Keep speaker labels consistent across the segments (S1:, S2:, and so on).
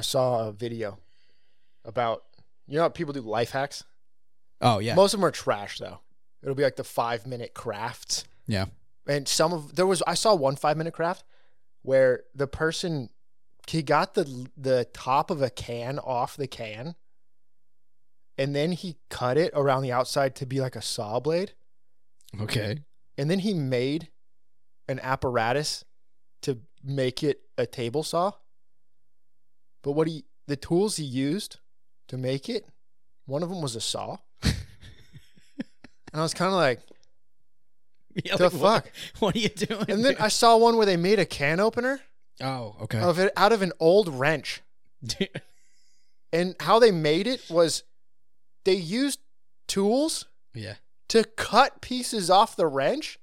S1: saw a video about you know how people do life hacks.
S2: Oh yeah,
S1: Most of them are trash though. It'll be like the five minute crafts.
S2: yeah.
S1: and some of there was I saw one five minute craft where the person he got the the top of a can off the can, and then he cut it around the outside to be like a saw blade,
S2: Okay.
S1: and then he made an apparatus to make it a table saw. But what he the tools he used to make it, one of them was a saw, and I was kind of like,
S2: Yeah,
S1: the
S2: like, what-
S1: fuck.
S2: What are you doing?
S1: And then
S2: dude?
S1: I saw one where they made a can opener.
S2: oh, okay.
S1: of it out of an old wrench.
S2: Dude,
S1: And how they made it was they used tools
S2: yeah.
S1: to cut pieces off the wrench.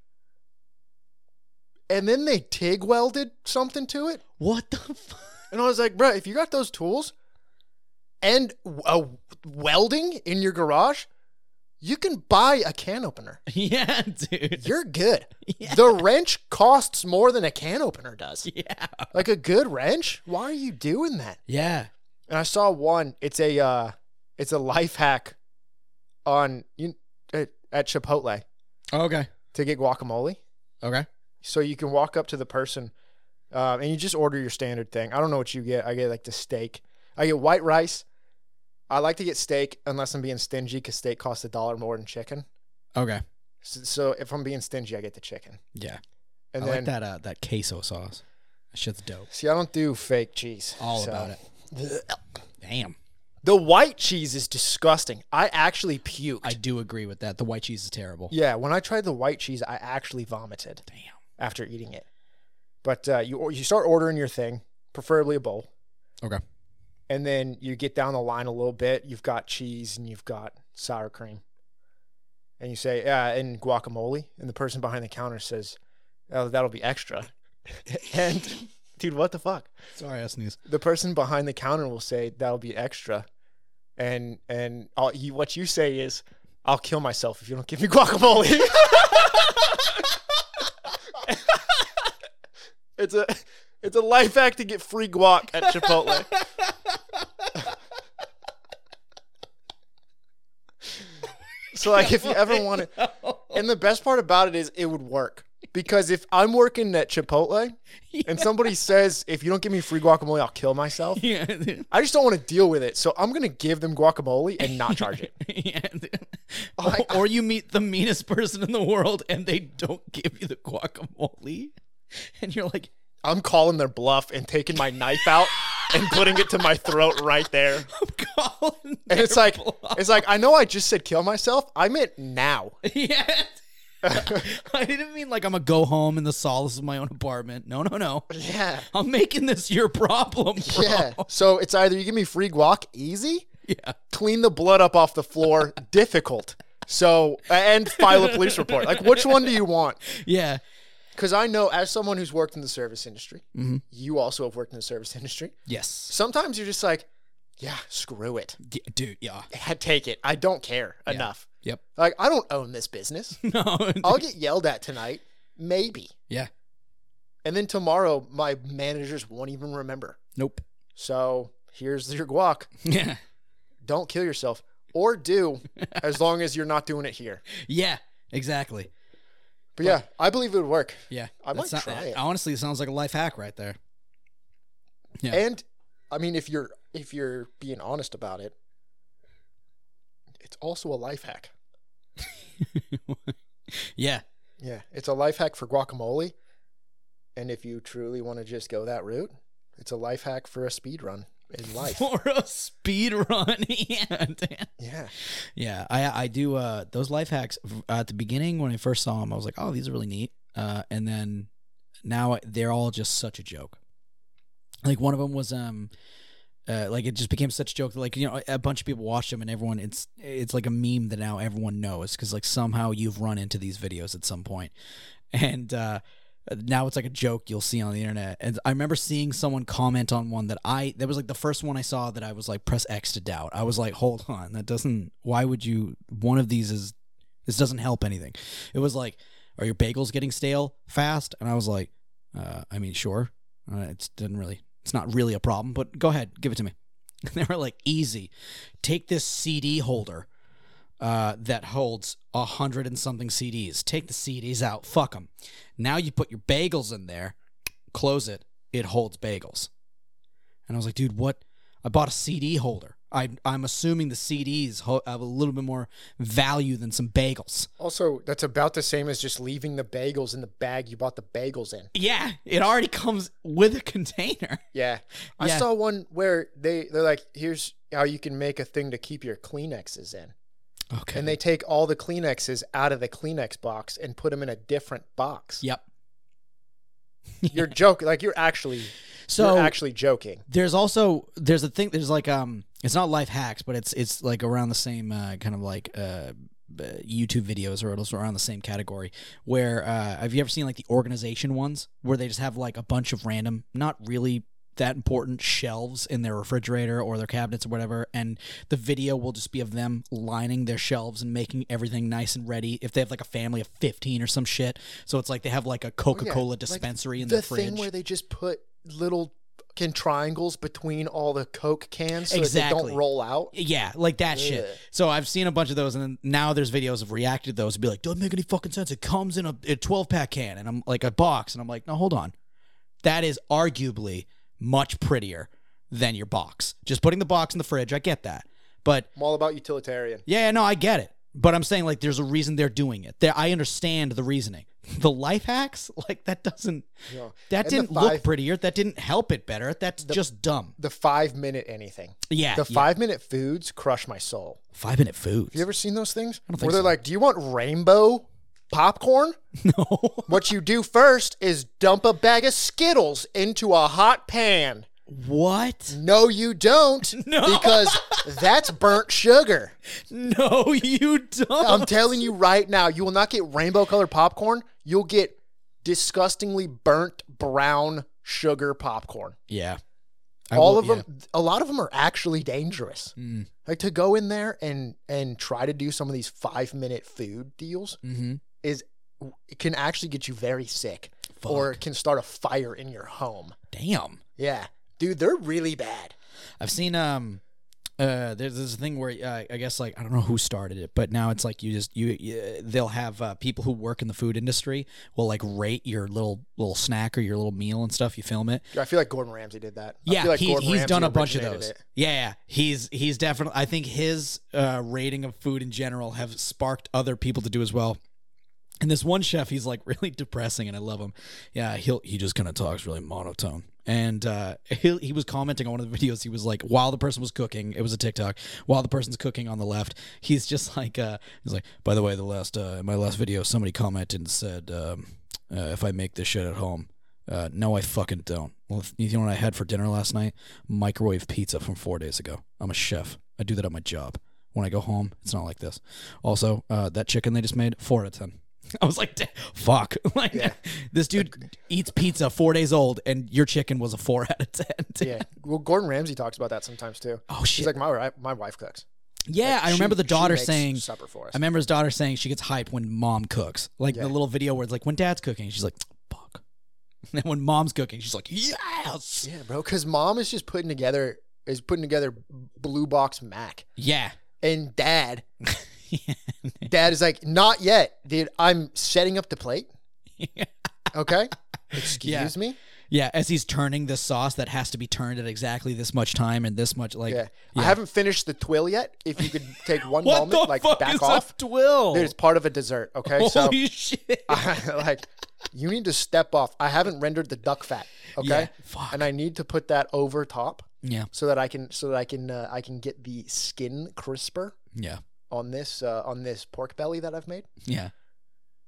S1: And then they TIG welded something to it.
S2: What the fuck?
S1: And I was like, bro, if you got those tools and w- uh, welding in your garage, you can buy a can opener.
S2: Yeah, dude.
S1: You're good.
S2: Yeah.
S1: The wrench costs more than a can opener does.
S2: yeah.
S1: Like a good wrench? Why are you doing that?
S2: Yeah.
S1: And I saw one. It's a uh, it's a life hack on you at, at Chipotle
S2: okay.
S1: to get guacamole.
S2: Okay.
S1: So you can walk up to the person, uh, and you just order your standard thing. I don't know what you get. I get like the steak. I get white rice. I like to get steak unless I'm being stingy because steak costs a dollar more than chicken.
S2: Okay.
S1: So, so if I'm being stingy, I get the chicken.
S2: Yeah.
S1: And
S2: I
S1: then
S2: like that uh, that queso sauce. That shit's dope.
S1: see, I don't do fake cheese.
S2: All
S1: so-
S2: about it. Damn.
S1: The white cheese is disgusting. I actually puked.
S2: I do agree with that. The white cheese is terrible.
S1: Yeah, when I tried the white cheese, I actually vomited
S2: Damn.
S1: after eating it. But uh, you or- you start ordering your thing, preferably a bowl,
S2: Okay.
S1: and then you get down the line a little bit. You've got cheese and you've got sour cream, and you say, "Yeah, and guacamole." And the person behind the counter says, "Oh, that'll be extra." and dude, what the fuck?
S2: Sorry, I sneezed.
S1: The person behind the counter will say, "That'll be extra," and and all you, what you say is, "I'll kill myself if you don't give me guacamole." It's a it's a life hack to get free guac at Chipotle. so like if you ever want it and the best part about it is it would work. Because if I'm working at Chipotle and somebody says, if you don't give me free guacamole, I'll kill myself.
S2: Yeah. dude.
S1: I just don't want to deal with it. So I'm gonna give them guacamole and not charge it. Oh
S2: yeah. dude.
S1: I-
S2: or, or you meet the meanest person in the world and they don't give you the guacamole. And you're like,
S1: I'm calling their bluff and taking my knife out and putting it to my throat right there.
S2: I'm calling.
S1: And it's
S2: their
S1: like
S2: bluff."
S1: it's like I know I just said kill myself. I meant now.
S2: yeah. I didn't mean like I'm gonna go home in the solace of my own apartment. No, no, no.
S1: Yeah.
S2: I'm making this your problem, bro.
S1: Yeah. So it's either you give me free guac, easy,
S2: Yeah.
S1: clean the blood up off the floor, difficult. So and file a police report. Like which one do you want?
S2: Yeah.
S1: Because I know as someone who's worked in the service industry, you also have worked in the service industry.
S2: Mm-hmm. Yes.
S1: Sometimes you're just like, yeah, screw it,
S2: D- dude. Yeah.
S1: take it. I don't care enough.
S2: Yep.
S1: Like I don't own this business.
S2: No.
S1: I'll get yelled at tonight, maybe,
S2: yeah.
S1: and then tomorrow my managers won't even remember.
S2: Nope.
S1: So here's your guac.
S2: Yeah.
S1: don't kill yourself or do as long as you're not doing it here.
S2: Yeah. Exactly.
S1: But yeah, I believe it would work.
S2: Yeah.
S1: I might
S2: not-
S1: try it.
S2: Honestly, it sounds like a life hack right there. Yeah.
S1: And I mean if you're if you're being honest about it, it's also a life hack.
S2: yeah.
S1: Yeah, it's a life hack for guacamole. And if you truly want to just go that route, it's a life hack for a speed run in life.
S2: For a speed run. yeah. damn.
S1: yeah.
S2: Yeah, I I do uh those life hacks v- uh, at the beginning when I first saw them I was like, "Oh, these are really neat." Uh and then now they're all just such a joke. Like one of them was um uh, like it just became such a joke that like you know a bunch of people watched them and everyone it's it's like a meme that now everyone knows cuz like somehow you've run into these videos at some point. And uh now it's like a joke you'll see on the internet. And I remember seeing someone comment on one that I that was like the first one I saw that I was like press X to doubt. I was like, hold on, that doesn't. Why would you? One of these is this doesn't help anything. It was like, are your bagels getting stale fast? And I was like, uh, I mean, sure. Uh, it didn't really It's not really a problem, but go ahead, give it to me. And they were like, easy. Take this CD holder uh, that holds a hundred and something CDs. Take the CDs out. Fuck them. Now you put your bagels in there. Close it. It holds bagels. And I was like, dude, what? I bought a CD holder. I, I'm assuming the CDs ho- have a little bit more value than some bagels.
S1: Also, that's about the same as just leaving the bagels in the bag you bought the bagels in.
S2: Yeah, it already comes with a container.
S1: Yeah. I
S2: Yeah.
S1: saw one where they, they're like, here's how you can make a thing to keep your Kleenexes in.
S2: Okay.
S1: And they take all the Kleenexes out of the Kleenex box and put them in a different box.
S2: yep.
S1: You're joking. Like, you're actually,
S2: So
S1: you're actually joking.
S2: there's also there's a thing there's like um it's not life hacks but it's it's like around the same uh, kind of like uh uh, YouTube videos or it's around the same category where uh have you ever seen like the organization ones where they just have like a bunch of random not really that important shelves in their refrigerator or their cabinets or whatever and the video will just be of them lining their shelves and making everything nice and ready if they have like a family of 15 or some shit so it's like they have like a coca-cola
S1: Oh, like,
S2: dispensary in
S1: the
S2: their fridge
S1: thing where they just put little fucking triangles between all the Coke cans so that they
S2: Exactly.
S1: don't roll out.
S2: Yeah, like that shit.
S1: Ugh.
S2: So I've seen a bunch of those, and then now there's videos of reacted to those and be like, doesn't make any fucking sense. It comes in a, a 12 pack can, and I'm like a box, and I'm like, no, hold on. That is arguably much prettier than your box. Just putting the box in the fridge, I get that, but
S1: I'm all about utilitarian.
S2: yeah, no, I get it. But I'm saying like there's a reason they're doing it. There, I understand the reasoning. The life hacks, like that doesn't,
S1: You know, And
S2: that
S1: the
S2: didn't
S1: five-
S2: look prettier. That didn't help it better. That's just dumb.
S1: the five minute anything.
S2: Yeah,
S1: The
S2: yeah.
S1: five minute foods crush my soul.
S2: five minute foods.
S1: You ever seen those things?
S2: don't
S1: Where
S2: think
S1: they're
S2: so.
S1: like, do you want rainbow popcorn?
S2: no.
S1: What you do first is dump a bag of Skittles into a hot pan.
S2: What?
S1: No, you don't.
S2: No.
S1: Because that's burnt sugar.
S2: No, you don't.
S1: I'm telling you right now, you will not get rainbow colored popcorn. You'll get disgustingly burnt brown sugar popcorn.
S2: yeah.
S1: All of them, a lot of them are actually dangerous.
S2: Mm,
S1: Like to go in there and and try to do some of these five minute food deals
S2: Mm-hmm.
S1: is it can actually get you very sick or it can start a fire in your home.
S2: Damn.
S1: Yeah, dude, they're really bad.
S2: I've seen um uh there's this thing where uh, I guess like I don't know who started it, but now it's like you just you, you they'll have uh, people who work in the food industry will like rate your little little snack or your little meal and stuff. You film it.
S1: Dude, I feel like Gordon Ramsay did that. I
S2: Yeah,
S1: feel like
S2: he,
S1: Gordon
S2: he's
S1: Ramsay
S2: done a bunch of
S1: originated
S2: those.
S1: it.
S2: Yeah, yeah, he's he's definitely. I think his uh, rating of food in general have sparked other people to do as well. And this one chef, he's like really depressing, and I love him. Yeah, he'll he just kind of talks really monotone. And uh, he he was commenting on one of the videos. He was like, while the person was cooking, it was a TikTok. While the person's cooking on the left, he's just like, uh, he's like, by the way, the last uh, in my last video, somebody commented and said, um, uh, if I make this shit at home, uh, no, I fucking don't. Well, if- you know what I had for dinner last night? Microwave pizza from four days ago. I'm a chef. I do that at my job. When I go home, it's not like this. Also, uh, that chicken they just made, four out of ten. I was like, "Da- fuck. Like, this dude eats pizza four days old, and your chicken was a four out of ten.
S1: Yeah. Well, Gordon Ramsay talks about that sometimes too.
S2: Oh shit.
S1: He's like, my wi- my wife cooks.
S2: yeah, I
S1: She-
S2: remember the
S1: she
S2: daughter
S1: makes
S2: saying.
S1: supper for us.
S2: I remember his daughter saying she gets hype when mom cooks. Like
S1: Yeah.
S2: the little video where it's like when dad's cooking, she's like, fuck. And then when mom's cooking, she's like, yes.
S1: yeah, bro, because mom is just putting together is putting together blue box mac,
S2: Yeah.
S1: and dad, dad is like, not yet, dude. I'm setting up the plate. Okay, excuse
S2: Yeah.
S1: me.
S2: Yeah, as he's turning the sauce that has to be turned at exactly this much time and this much like
S1: Yeah. I haven't finished the twill yet. If you could take one
S2: what the
S1: moment, like
S2: fuck
S1: back
S2: is
S1: off.
S2: a twill?
S1: Dude, it's part of a dessert. Okay, so
S2: Holy shit!
S1: like you need to step off. I haven't rendered the duck fat. Okay,
S2: Yeah, fuck.
S1: and I need to put that over top
S2: yeah,
S1: so that I can so that I can uh, I can get the skin crisper
S2: yeah,
S1: on this uh, on this pork belly that I've made.
S2: yeah.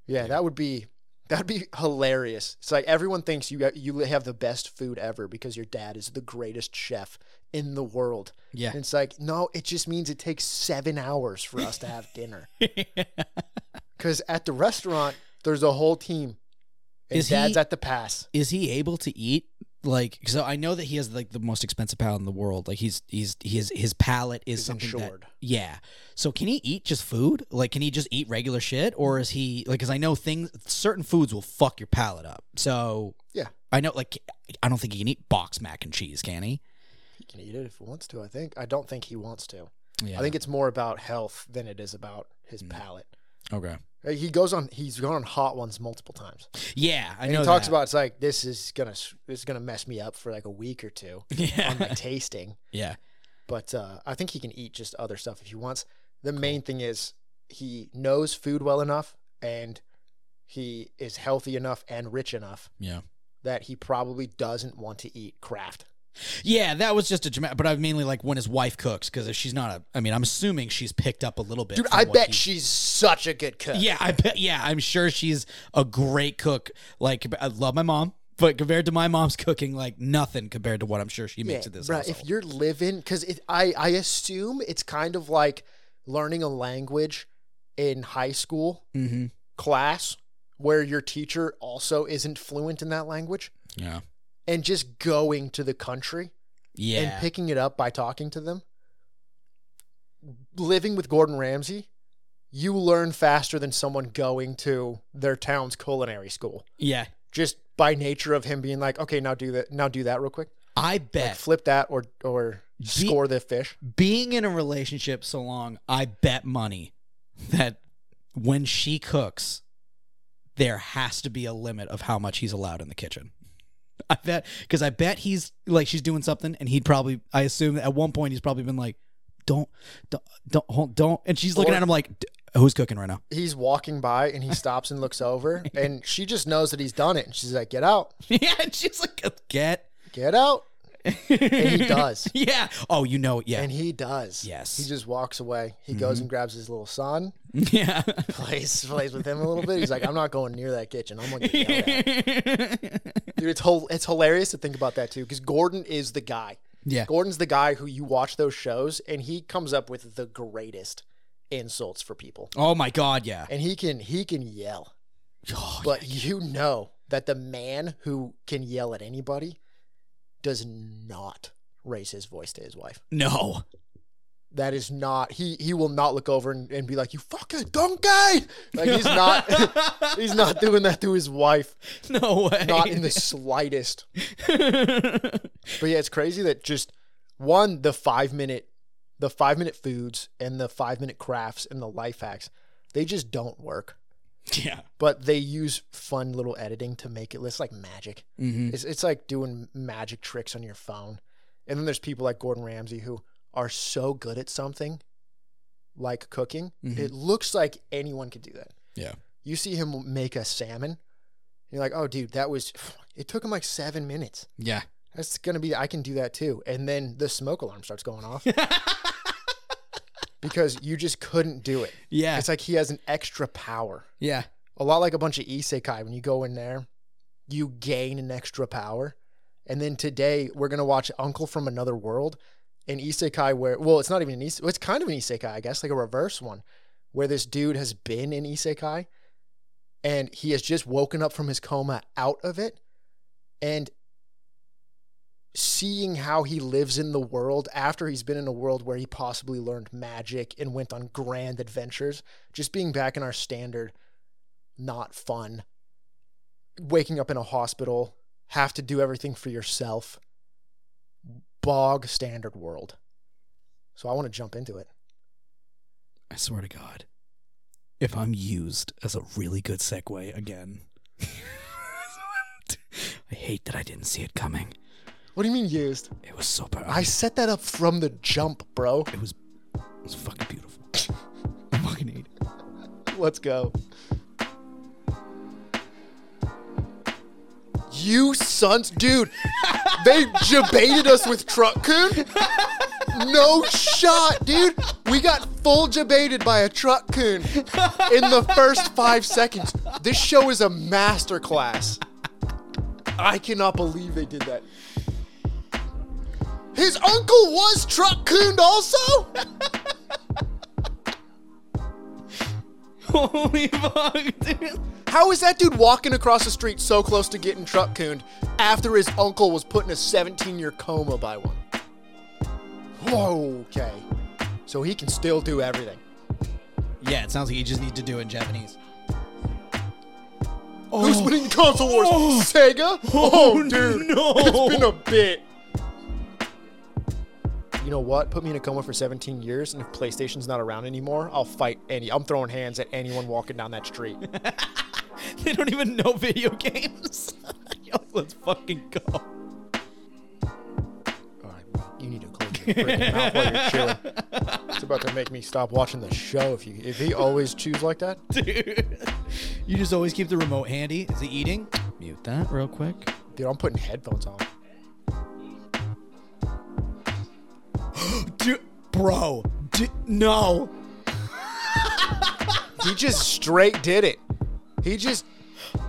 S1: Yeah, that would be that'd be hilarious. It's like everyone thinks you got, you have the best food ever because your dad is the greatest chef in the world.
S2: Yeah.
S1: And it's like no, it just means it takes seven hours for us to have dinner. Because at the restaurant, there's a whole team. And
S2: Is he-
S1: dad's at the pass.
S2: Is he able to eat? Like, so I know that he has like the most expensive palate in the world. Like, he's he's his his palate is
S1: He's
S2: something
S1: insured.
S2: that yeah. So can he eat just food? Like, can he just eat regular shit, or is he like? Because I know things, certain foods will fuck your palate up. So
S1: Yeah.
S2: I know. Like, I don't think he can eat box mac and cheese, can he?
S1: He can eat it if he wants to. I think. I don't think he wants to.
S2: Yeah.
S1: I think it's more about health than it is about his
S2: Mm.
S1: palate.
S2: Okay.
S1: Uh, He goes on. He's gone on hot ones multiple times.
S2: Yeah, I
S1: And
S2: know.
S1: he talks
S2: that.
S1: about it's like this is gonna s- this is gonna mess me up for like a week or two on my
S2: Yeah.
S1: tasting.
S2: yeah.
S1: But uh, I think he can eat just other stuff if he wants. The main thing is he knows food well enough and he is healthy enough and rich enough
S2: Yeah.
S1: that he probably doesn't want to eat craft.
S2: Yeah, that was just a dramatic, but I mainly like when his wife cooks because if she's not a, I mean, I'm assuming she's picked up a little bit.
S1: Dude,
S2: from
S1: I
S2: what
S1: bet
S2: he-
S1: she's such a good cook.
S2: Yeah, I bet. Yeah, I'm sure she's a great cook. Like, I love my mom, but compared to my mom's cooking, like nothing compared to what I'm sure she makes at this
S1: bruh,
S2: household.
S1: if you're living, because I I assume it's kind of like learning a language in high school
S2: mm-hmm.
S1: class where your teacher also isn't fluent in that language,
S2: Yeah.
S1: and just going to the country
S2: Yeah.
S1: and picking it up by talking to them. Living with Gordon Ramsay, you learn faster than someone going to their town's culinary school
S2: yeah.
S1: just by nature of him being like, okay, now do that, now do that real quick,
S2: I
S1: like
S2: bet
S1: flip that or or
S2: Ye-
S1: score the fish.
S2: being in a relationship so long, I bet money that when she cooks, there has to be a limit of how much he's allowed in the kitchen. I bet because I bet he's like she's doing something, and he'd probably I assume at one point he's probably been like, "Don't, don't, don't, hold, don't," and she's looking
S1: Or-
S2: at him like, "D- "Who's cooking right now?"
S1: He's walking by and he stops and looks over, and she just knows that he's done it, and she's like, get out,
S2: yeah, and she's like, "Get,"
S1: get out,
S2: and
S1: and he does,
S2: Yeah. Oh, you know, yeah,
S1: and he does.
S2: Yes.
S1: he just walks away. He goes and grabs his little son,
S2: yeah.
S1: plays plays with him a little bit. He's like, I'm not going near that kitchen. I'm gonna get yelled at. Dude, it's hol- it's hilarious to think about that too, because Gordon is the guy.
S2: yeah.
S1: Gordon's the guy who you watch those shows, and he comes up with the greatest insults for people,
S2: Oh my God. Yeah.
S1: and he can he can yell.
S2: Oh,
S1: But you know that the man who can yell at anybody does not raise his voice to his wife.
S2: no.
S1: That is not he he will not look over and, and be like, You fucking donkey. Like he's not he's not doing that to his wife.
S2: no way.
S1: Not in the slightest. But yeah, it's crazy that just one, the five minute the five minute foods and the five minute crafts and the life hacks, they just don't work.
S2: yeah.
S1: But they use fun little editing to make it less like magic.
S2: Mm-hmm.
S1: It's it's like doing magic tricks on your phone. And then there's people like Gordon Ramsay who are so good at something like cooking.
S2: Mhm.
S1: It looks like anyone could do that.
S2: Yeah.
S1: You see him make a salmon, and you're like, "Oh dude, that was it took him like 7 minutes.
S2: Yeah.
S1: That's going to be I can do that too." And then the smoke alarm starts going off because you just couldn't do it.
S2: yeah.
S1: It's like he has an extra power.
S2: Yeah.
S1: a lot like a bunch of isekai when you go in there you gain an extra power and then today we're going to watch uncle from another world an isekai where well it's not even an isekai it's kind of an isekai i guess like a reverse one where this dude has been in isekai and he has just woken up from his coma out of it and seeing how he lives in the world after he's been in a world where he possibly learned magic and went on grand adventures just being back in our standard not fun. Waking up in a hospital, have to do everything for yourself. Bog standard world. So I want to jump into it.
S2: I swear to God, if I'm used as a really good segue again, I hate that I didn't see it coming.
S1: What do you mean used?
S2: It was so bad.
S1: I set that up from the jump, bro.
S2: it was. It was fucking beautiful. I fucking hate it.
S1: Let's go. You sons, dude. They jebaited us with truck coon. No shot, dude. We got full jebaited by a truck coon in the first five seconds. This show is a masterclass. I cannot believe they did that. His uncle was truck cooned also?
S2: Holy fuck, dude.
S1: How is that dude walking across the street so close to getting truck cooned after his uncle was put in a 17 year coma by one? Whoa, okay. So he can still do everything.
S2: Yeah, it sounds like you just need to do it in Japanese.
S1: Who's winning the console wars? Sega? Oh, dude.
S2: no.
S1: It's been a bit. You know what? Put me in a coma for 17 years, and if PlayStation's not around anymore, I'll fight any. I'm throwing hands at anyone walking down that street.
S2: They don't even know video games. Yo, let's fucking go.
S1: All right, well, you need to close your freaking mouth while you're chewing. It's about to make me stop watching the show. If you if he always chews like that,
S2: Dude. You just always keep the remote handy. Is he eating? Mute that real quick.
S1: dude, I'm putting headphones on.
S2: Dude, bro. Dude, no.
S1: He just straight did it. He just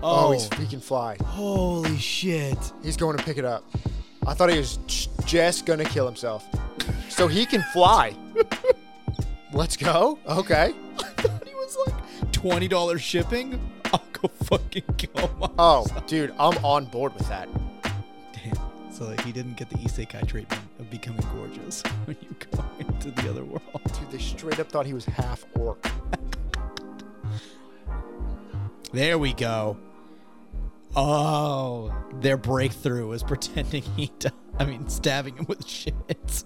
S1: oh, he's freaking fly.
S2: holy shit.
S1: He's going to pick it up. I thought he was j- just gonna kill himself, so he can fly. Let's go. Okay.
S2: I thought he was like $20 shipping. I'll go fucking kill my.
S1: Oh, dude, I'm on board with that.
S2: Damn. So like he didn't get the isekai treatment of becoming gorgeous when you go into the other world.
S1: Dude, they straight up thought he was half orc.
S2: There we go. Oh, their breakthrough was pretending he died. I mean, stabbing him with shit.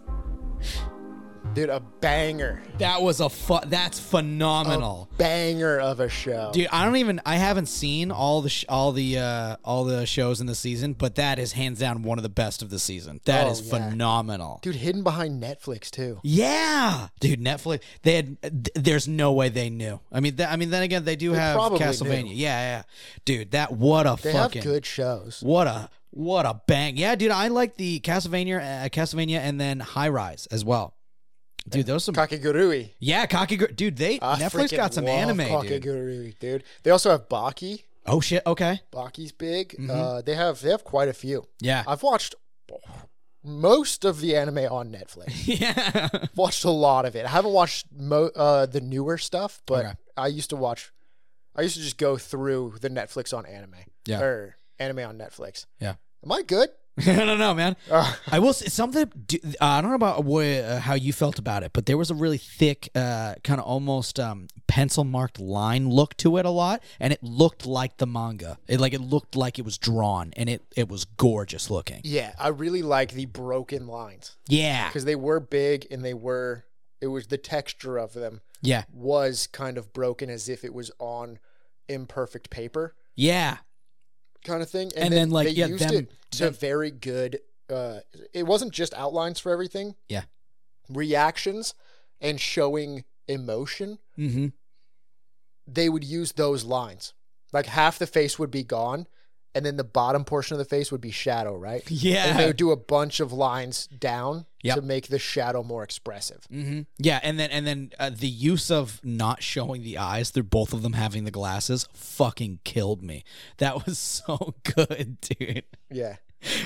S1: Dude, a banger,
S2: That was a fu- that's phenomenal.
S1: Oh. banger of a show.
S2: Dude, I don't even I haven't seen all the sh- all the uh all the shows in the season, but that is hands down one of the best of the season. That
S1: Oh,
S2: is
S1: yeah.
S2: phenomenal.
S1: Dude, hidden behind Netflix too.
S2: Yeah, dude, Netflix. They had. th- There's no way they knew. I mean, th- I mean. Then again, they do have
S1: probably knew.
S2: Castlevania. Yeah, yeah, dude. That what a
S1: They
S2: fucking
S1: have good shows.
S2: what a what a bang. Yeah, dude. I like the Castlevania, uh, Castlevania, and then High Rise as well. Dude, those some.
S1: Kakagurui.
S2: yeah, cocky. Gr- dude, they
S1: I
S2: Netflix
S1: freaking
S2: got some
S1: love
S2: anime. Dude.
S1: Kakagurui, dude. They also have Baki.
S2: Oh shit. Okay.
S1: Baki's big.
S2: Mm-hmm.
S1: Uh, they have they have quite a few.
S2: Yeah.
S1: I've watched most of the anime on Netflix.
S2: yeah.
S1: watched a lot of it. I haven't watched mo- uh, the newer stuff, but
S2: Okay.
S1: I used to watch. I used to just go through the Netflix on anime.
S2: Yeah.
S1: Or anime on Netflix.
S2: Yeah.
S1: Am I good?
S2: I don't know, man.
S1: Uh,
S2: I will say something. d- uh, I don't know about what, uh, how you felt about it, but there was a really thick, uh, kind of almost um, pencil marked line look to it a lot, and it looked like the manga. It like it looked like it was drawn, and it it was gorgeous looking.
S1: yeah, I really like the broken lines
S2: Yeah,
S1: because they were big and they were. It was the texture of them
S2: yeah,
S1: was kind of broken as if it was on imperfect paper
S2: yeah,
S1: kind of thing.
S2: And then, like,
S1: they
S2: yeah,
S1: used
S2: them-
S1: it to
S2: them-
S1: very good. Uh, it wasn't just outlines for everything.
S2: Yeah.
S1: reactions and showing emotion.
S2: mm-hmm.
S1: They would use those lines. Like half the face would be gone, and then the bottom portion of the face would be shadow. Right. And they
S2: yeah,
S1: would do a bunch of lines down
S2: Yep.
S1: to make the shadow more expressive.
S2: mm-hmm. yeah. And then and then uh, the use of not showing the eyes through both of them having the glasses fucking killed me. That was so good, dude.
S1: Yeah.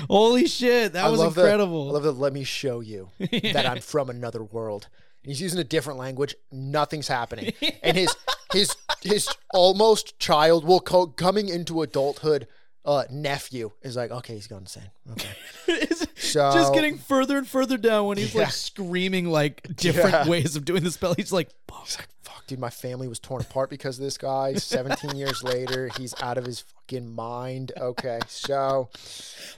S2: Holy shit, that
S1: I
S2: was
S1: love the-
S2: incredible.
S1: I love the let me show you that I'm from another world. He's using a different language. Nothing's happening. And his his his almost child will co- coming into adulthood uh, nephew is like, okay, he's gone insane. Okay.
S2: It's
S1: So
S2: just getting further and further down when he's
S1: Yeah.
S2: like screaming like different
S1: Yeah.
S2: ways of doing the spell. He's like, fuck.
S1: fuck, dude, my family was torn apart because of this guy. 17 years later, he's out of his fucking mind. Okay. So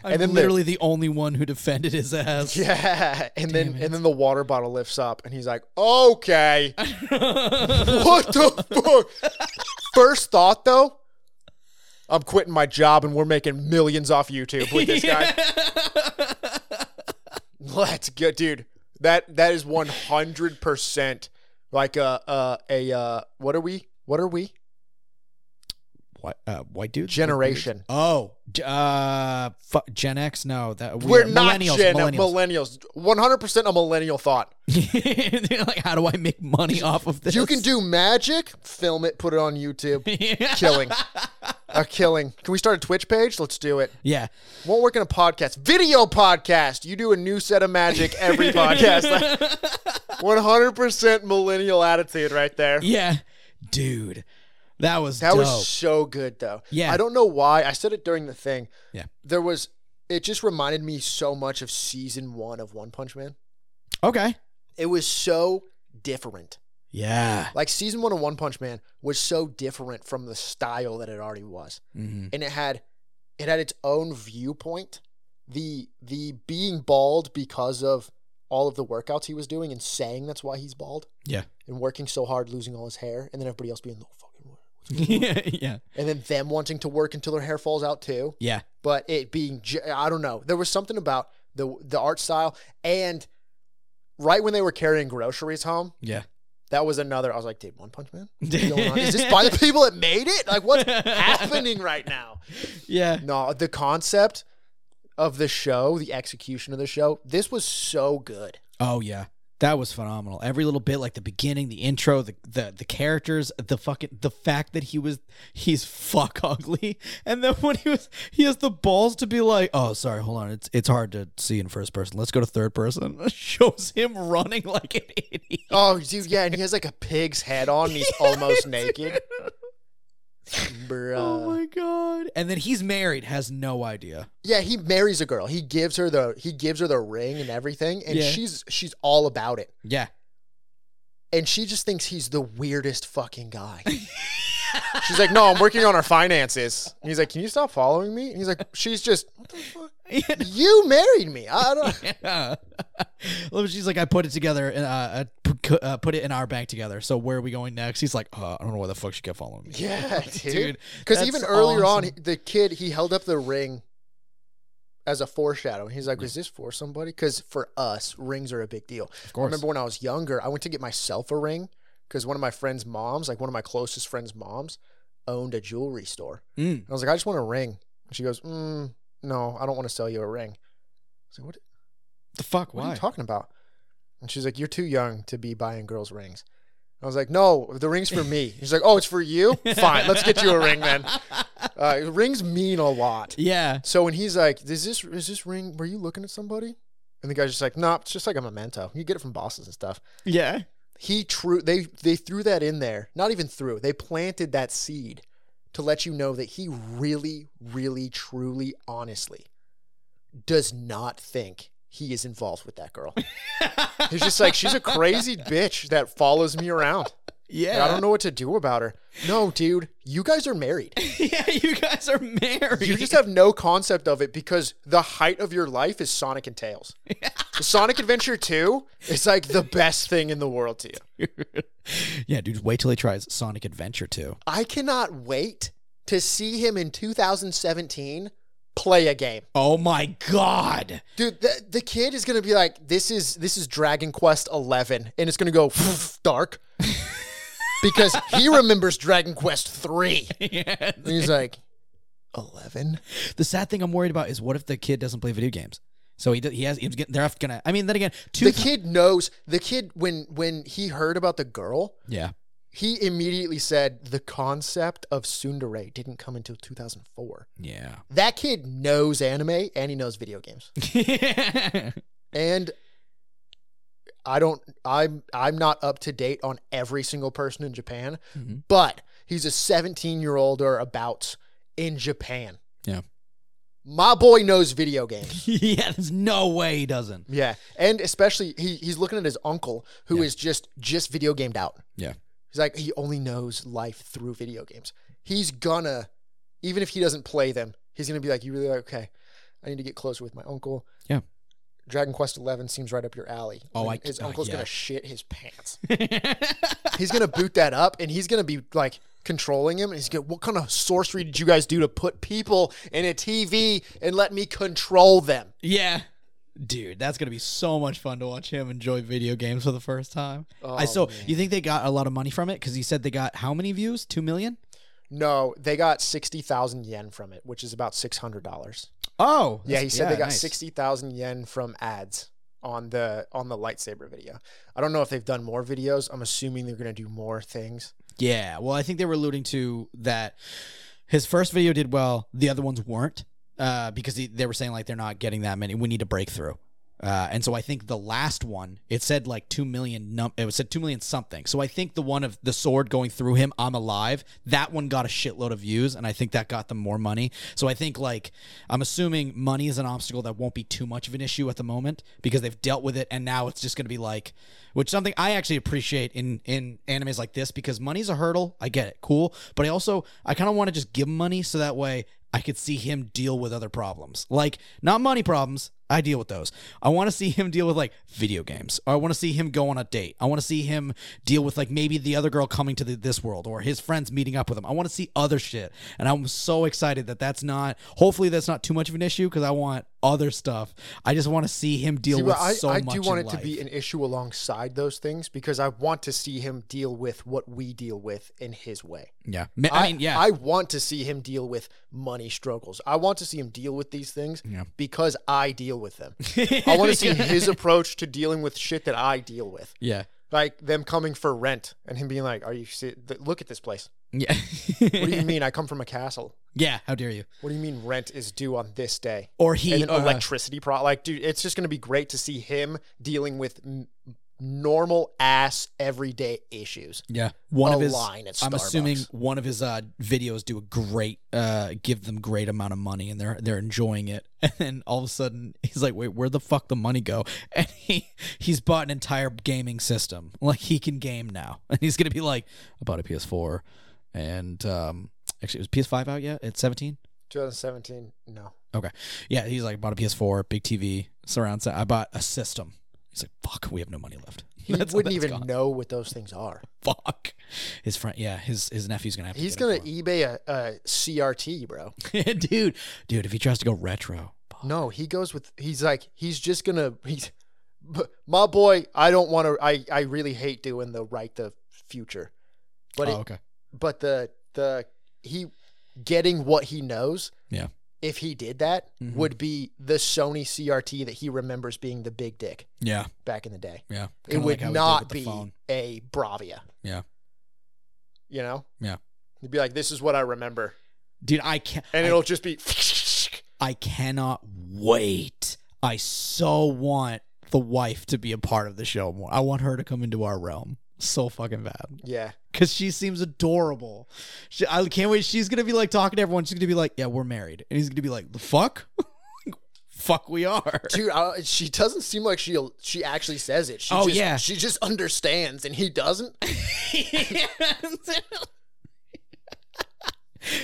S2: I'm
S1: and then the-
S2: literally the only one who defended his ass.
S1: yeah. And then and then the water bottle lifts up and he's like, okay. what the fuck? First thought though, I'm quitting my job and we're making millions off YouTube with this guy. Let's go, dude. That that is 100 percent like a uh, a uh, what are we? What are we?
S2: What, uh, white dude?
S1: Generation.
S2: Oh, d- uh, fu- Gen X? No, that
S1: We're
S2: are
S1: not
S2: millennials.
S1: Gen
S2: millennials.
S1: millennials. 100 percent a millennial thought.
S2: They're like, how do I make money off of this?
S1: You can do magic, film it, put it on YouTube.
S2: yeah.
S1: Killing. A killing. Can we start a Twitch page? Let's do it.
S2: yeah.
S1: Won't work in a podcast. Video podcast. You do a new set of magic every podcast. 100% millennial attitude right there.
S2: Yeah. Dude, that was
S1: That
S2: dope.
S1: was so good though.
S2: Yeah.
S1: I don't know why. I said it during the thing.
S2: Yeah.
S1: There was it just reminded me so much of season 1 of One Punch Man.
S2: okay.
S1: It was so different.
S2: Yeah.
S1: Like season one of One Punch Man was so different from the style that it already was,
S2: Mm-hmm.
S1: and it had it had its own viewpoint. The the being bald because of all of the workouts he was doing and saying that's why he's bald.
S2: Yeah.
S1: and working so hard, losing all his hair, and then everybody else being no fucking way. What's going on?"
S2: yeah. Yeah.
S1: and then them wanting to work until their hair falls out too.
S2: Yeah.
S1: But it being, j- I don't know, there was something about the the art style, and right when they were carrying groceries home,
S2: Yeah.
S1: that was another. I was like, dude, One Punch Man, What's going on? is this by the people that made it? Like, what's happening right now?
S2: Yeah.
S1: No, the concept of the show, the execution of the show, this was so good.
S2: Oh yeah. That was phenomenal. Every little bit, like the beginning, the intro, the the, the characters, the fucking the fact that he was he's fuck ugly, and then when he was he has the balls to be like, oh sorry, hold on, it's it's hard to see in first person. Let's go to third person. Shows him running like an idiot.
S1: Oh, dude, yeah, and he has like a pig's head on, and he's almost naked, bruh.
S2: Oh my god! And then he's married, has no idea.
S1: Yeah, he marries a girl. He gives her the he gives her the ring and everything, and
S2: Yeah.
S1: she's she's all about it.
S2: Yeah,
S1: And she just thinks he's the weirdest fucking guy. she's like, "No, I'm working on our finances." And he's like, "Can you stop following me?" And he's like, "She's just what the fuck? You married me. I don't."
S2: yeah. Well, She's like, I put it together and uh, I put- co- uh, put it in our bank together. So where are we going next? He's like, uh, I don't know why the fuck she kept following me.
S1: Yeah, dude.
S2: Dude,
S1: Because
S2: that's
S1: even earlier on,
S2: awesome.
S1: he- the kid he held up the ring as a foreshadow. He's like, "Is this for somebody?" Because for us, rings are a big deal.
S2: Of
S1: I
S2: course.
S1: remember when I was younger, I went to get myself a ring because one of my friend's moms, like one of my closest friend's moms, owned a jewelry store.
S2: Mm.
S1: And I was like, I just want a ring. And she goes, mm, No, I don't want to sell you a ring. I was like, What,
S2: The fuck?
S1: what are
S2: Why?
S1: you talking about? And she's like, You're too young to be buying girls rings. I was like, No, the ring's for me. She's like, Oh, it's for you? Fine, let's get you a ring then. Uh, rings mean a lot.
S2: yeah.
S1: So when he's like, "Is this is this ring? Were you looking at somebody?" And the guy's just like, "No, it's just like a memento. You get it from bosses and stuff."
S2: Yeah.
S1: he true they they threw that in there not even threw they planted that seed to let you know that he really really truly honestly does not think he is involved with that girl he's just like she's a crazy bitch that follows me around
S2: Yeah.
S1: and i don't know what to do about her no dude you guys are married
S2: yeah. You guys are married.
S1: you just have no concept of it because the height of your life is sonic and tails sonic adventure 2 is like the best thing in the world to you
S2: yeah, dude. Wait till he tries Sonic Adventure 2.
S1: I cannot wait to see him in 2017 play a game.
S2: Oh my god.
S1: Dude, the, the kid is going to be like this is this is Dragon Quest 11 and it's going to go dark because he remembers Dragon Quest 3.
S2: yeah.
S1: And he's like 11?
S2: The sad thing I'm worried about is what if the kid doesn't play video games? So he, d- he has he's get- they're gonna. I mean, then again, two.
S1: The kid knows. The kid when when he heard about the girl,
S2: yeah.
S1: he immediately said the concept of tsundere didn't come until 2004.
S2: Yeah.
S1: That kid knows anime and he knows video games. and I don't I'm I'm not up to date on every single person in Japan,
S2: Mhm.
S1: but he's a 17 year old or about in Japan.
S2: Yeah.
S1: My boy knows video games.
S2: yeah, there's no way he doesn't.
S1: yeah. And especially he he's looking at his uncle who is
S2: Yeah.
S1: just just video gamed out.
S2: Yeah.
S1: He's like he only knows life through video games. He's gonna even if he doesn't play them, he's gonna be like, You really like okay, I need to get closer with my uncle.
S2: Yeah.
S1: Dragon Quest Eleven seems right up your alley.
S2: Oh,
S1: And
S2: I-
S1: his
S2: oh,
S1: uncle's
S2: yeah.
S1: gonna shit his pants.
S2: yeah,
S1: he's gonna boot that up, and he's gonna be like controlling him. And he's gonna, what kind of sorcery did you guys do to put people in a TV and let me control them?
S2: dude, that's gonna be so much fun to watch him enjoy video games for the first time.
S1: Oh,
S2: I so
S1: man.
S2: you think they got a lot of money from it because he said they got how many views? Two million.
S1: No, they got sixty thousand yen from it, which is about six hundred dollars.
S2: Oh,
S1: Yeah,
S2: that's-
S1: he said they got
S2: nice.
S1: sixty thousand yen from ads on the on the lightsaber video. I don't know if they've done more videos. I'm assuming they're gonna do more things.
S2: Yeah, well, I think they were alluding to that. His first video did well; the other ones weren't uh, because he, they were saying like they're not getting that many. We need a breakthrough. Uh, and so I think the last one, it said like two million num it said two million something. So I think the one of the sword going through him, I'm alive, that one got a shitload of views, and I think that got them more money. So I think like I'm assuming money is an obstacle that won't be too much of an issue at the moment because they've dealt with it and now it's just gonna be like which something I actually appreciate in in animes like this because money's a hurdle. I get it, cool. But I also I kinda wanna just give 'em money so that way I could see him deal with other problems. Like, not money problems. I deal with those. I want to see him deal with like video games. Or I want to see him go on a date. I want to see him deal with like maybe the other girl coming to the, this world or his friends meeting up with him. I want to see other shit. And I'm so excited that that's not, hopefully, that's not too much of an issue because I want other stuff. I just want to see him deal
S1: See,
S2: with
S1: but I,
S2: so
S1: I
S2: much.
S1: do want
S2: in
S1: it to be
S2: life.
S1: an issue alongside those things because I want to see him deal with what we deal with in his way.
S2: yeah. Ma- I, mean, yeah.
S1: I want to see him deal with money struggles. I want to see him deal with these things
S2: Yeah.
S1: because I deal with them. I want to see his approach to dealing with shit that I deal with.
S2: yeah.
S1: Like them coming for rent and him being like, "Are you se- th- look at this place?
S2: Yeah.
S1: What do you mean? I come from a castle.
S2: yeah. How dare you?
S1: What do you mean rent is due on this day?"
S2: Or he.
S1: and an
S2: uh,
S1: electricity pro like dude it's just going to be great to see him dealing with n- normal ass everyday issues
S2: Yeah, one
S1: A
S2: of his.
S1: line at
S2: I'm
S1: Starbucks.
S2: assuming one of his uh, videos do a great, uh, give them great amount of money, and they're they're enjoying it. And then all of a sudden, he's like, "Wait, where the fuck the money go?" And he he's bought an entire gaming system. Like he can game now, and he's gonna be like, "I bought a PS4, and um, actually, it was PS5 out yet at 17."
S1: 2017 no
S2: Yeah, he's like, "Bought a PS4, big TV, surround sound. I bought a system." He's like, "Fuck, we have no money left."
S1: he
S2: That's-
S1: wouldn't
S2: that's
S1: even
S2: gone.
S1: know what those things are
S2: Fuck, his friend. Yeah, his his nephew's gonna have. to
S1: he's
S2: get it for
S1: going
S2: him.
S1: to ebay a, a crt bro
S2: dude, dude, if he tries to go retro,
S1: no he goes with he's like he's just going to he's "B- my boy i don't want to i i really hate doing the right the future but it,
S2: Oh, okay,
S1: but the the he getting what he knows.
S2: Yeah.
S1: If he did that,
S2: Mhm.
S1: would be the Sony CRT that he remembers being the big dick
S2: yeah,
S1: back in the day.
S2: yeah,
S1: It would not be a Bravia.
S2: Yeah.
S1: You know.
S2: Yeah.
S1: He'd be like, "This is what I remember,"
S2: dude. I can
S1: and
S2: I,
S1: it'll just be.
S2: I cannot wait. I so want the wife to be a part of the show more. I want her to come into our realm so fucking bad
S1: Yeah.
S2: because she seems adorable. She, I can't wait. She's gonna be like talking to everyone. She's gonna be like, "Yeah, we're married," and he's gonna be like, "The fuck." Fuck, we are.
S1: Dude, I, she doesn't seem like she will she actually says it. She
S2: Oh,
S1: just,
S2: yeah.
S1: she just understands, and he doesn't.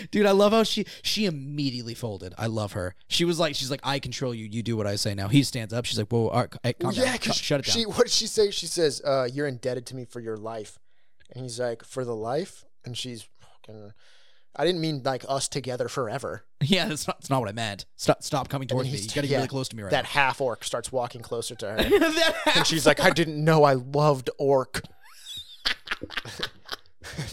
S2: Dude, I love how she she immediately folded. I love her. She was like, she's like, I control you. You do what I say now. He stands up. She's like, whoa, all right, c- hey, calm
S1: Well, yeah,
S2: down.
S1: 'cause
S2: Sh- shut it down.
S1: She what did she say? She says, uh, "You're indebted to me for your life," and he's like, "For the life," and she's, fucking, I didn't mean like us together forever.
S2: yeah, that's not, that's not what I meant. Stop, stop coming towards me.
S1: he's-
S2: You gotta get
S1: yeah,
S2: really close to me right
S1: That half orc starts walking closer to her,
S2: now. that
S1: and
S2: happened.
S1: she's like, "I didn't know I loved orc."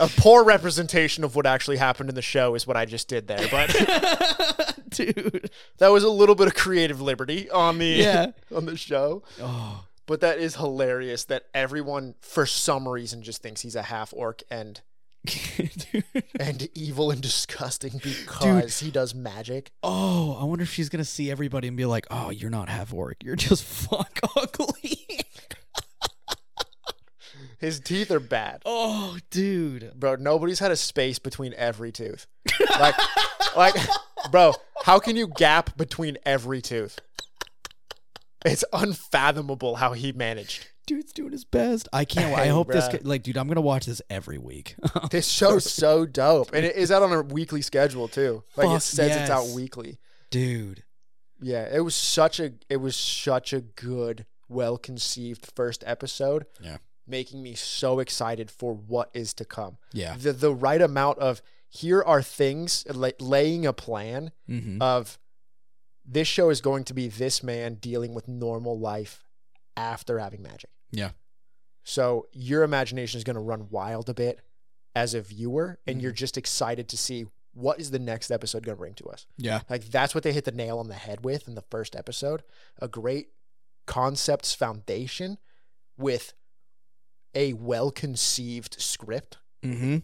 S1: A poor representation of what actually happened in the show is what I just did there, but
S2: Dude.
S1: that was a little bit of creative liberty on the
S2: Yeah.
S1: on the show.
S2: Oh,
S1: But that is hilarious that everyone, for some reason, just thinks he's a half orc and
S2: dude.
S1: and evil and disgusting because he does magic.
S2: Oh, I wonder if she's gonna see everybody and be like, oh, you're not half orc. You're just fuck ugly.
S1: His teeth are bad,
S2: oh, dude.
S1: bro. Nobody's had a space between every tooth. Like, like, bro, how can you gap between every tooth? It's unfathomable how he managed.
S2: dude's doing his best. I can't. wait. I
S1: Hey,
S2: hope this
S1: bruh.
S2: ca- like, dude, I'm gonna watch this every week.
S1: This show's so dope, and it is out on a weekly schedule too. Like
S2: Fuck
S1: it says it's out
S2: yes.
S1: weekly.
S2: dude,
S1: Yeah, it was such a it was such a good, well conceived first episode.
S2: Yeah.
S1: Making me so excited for what is to come.
S2: yeah,
S1: The the right amount of here are things la- laying a plan
S2: hmm
S1: of this show is going to be this man dealing with normal life after having magic.
S2: Yeah.
S1: So your imagination is going to run wild a bit as a viewer and
S2: Mm-hmm.
S1: you're just excited to see what is the next episode going to bring to us.
S2: yeah,
S1: Like that's what they hit the nail on the head with in the first episode. A great concepts foundation with a well conceived script.
S2: hmm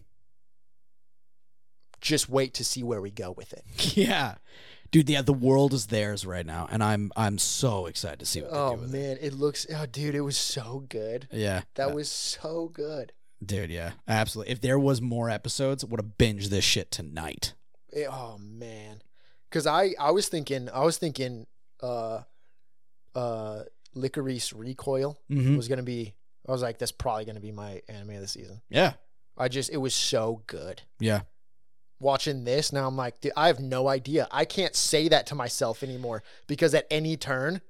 S1: Just wait to see where we go with it.
S2: yeah. dude. Yeah, the world is theirs right now, and I'm I'm so excited to see what they
S1: Oh
S2: do with
S1: man, it looks. Oh dude, it was so good.
S2: it. Yeah,
S1: That
S2: Uh,
S1: was so good.
S2: dude. Yeah, absolutely. If there was more episodes, would have binged this shit tonight.
S1: It- oh man, because I I was thinking I was thinking uh uh Licorice Recoil
S2: Mm-hmm.
S1: was gonna be. I was like, that's probably gonna be my anime of the season.
S2: Yeah,
S1: I just it was so good.
S2: yeah.
S1: Watching this now, I'm like, dude, I have no idea. I can't say that to myself anymore because at any turn,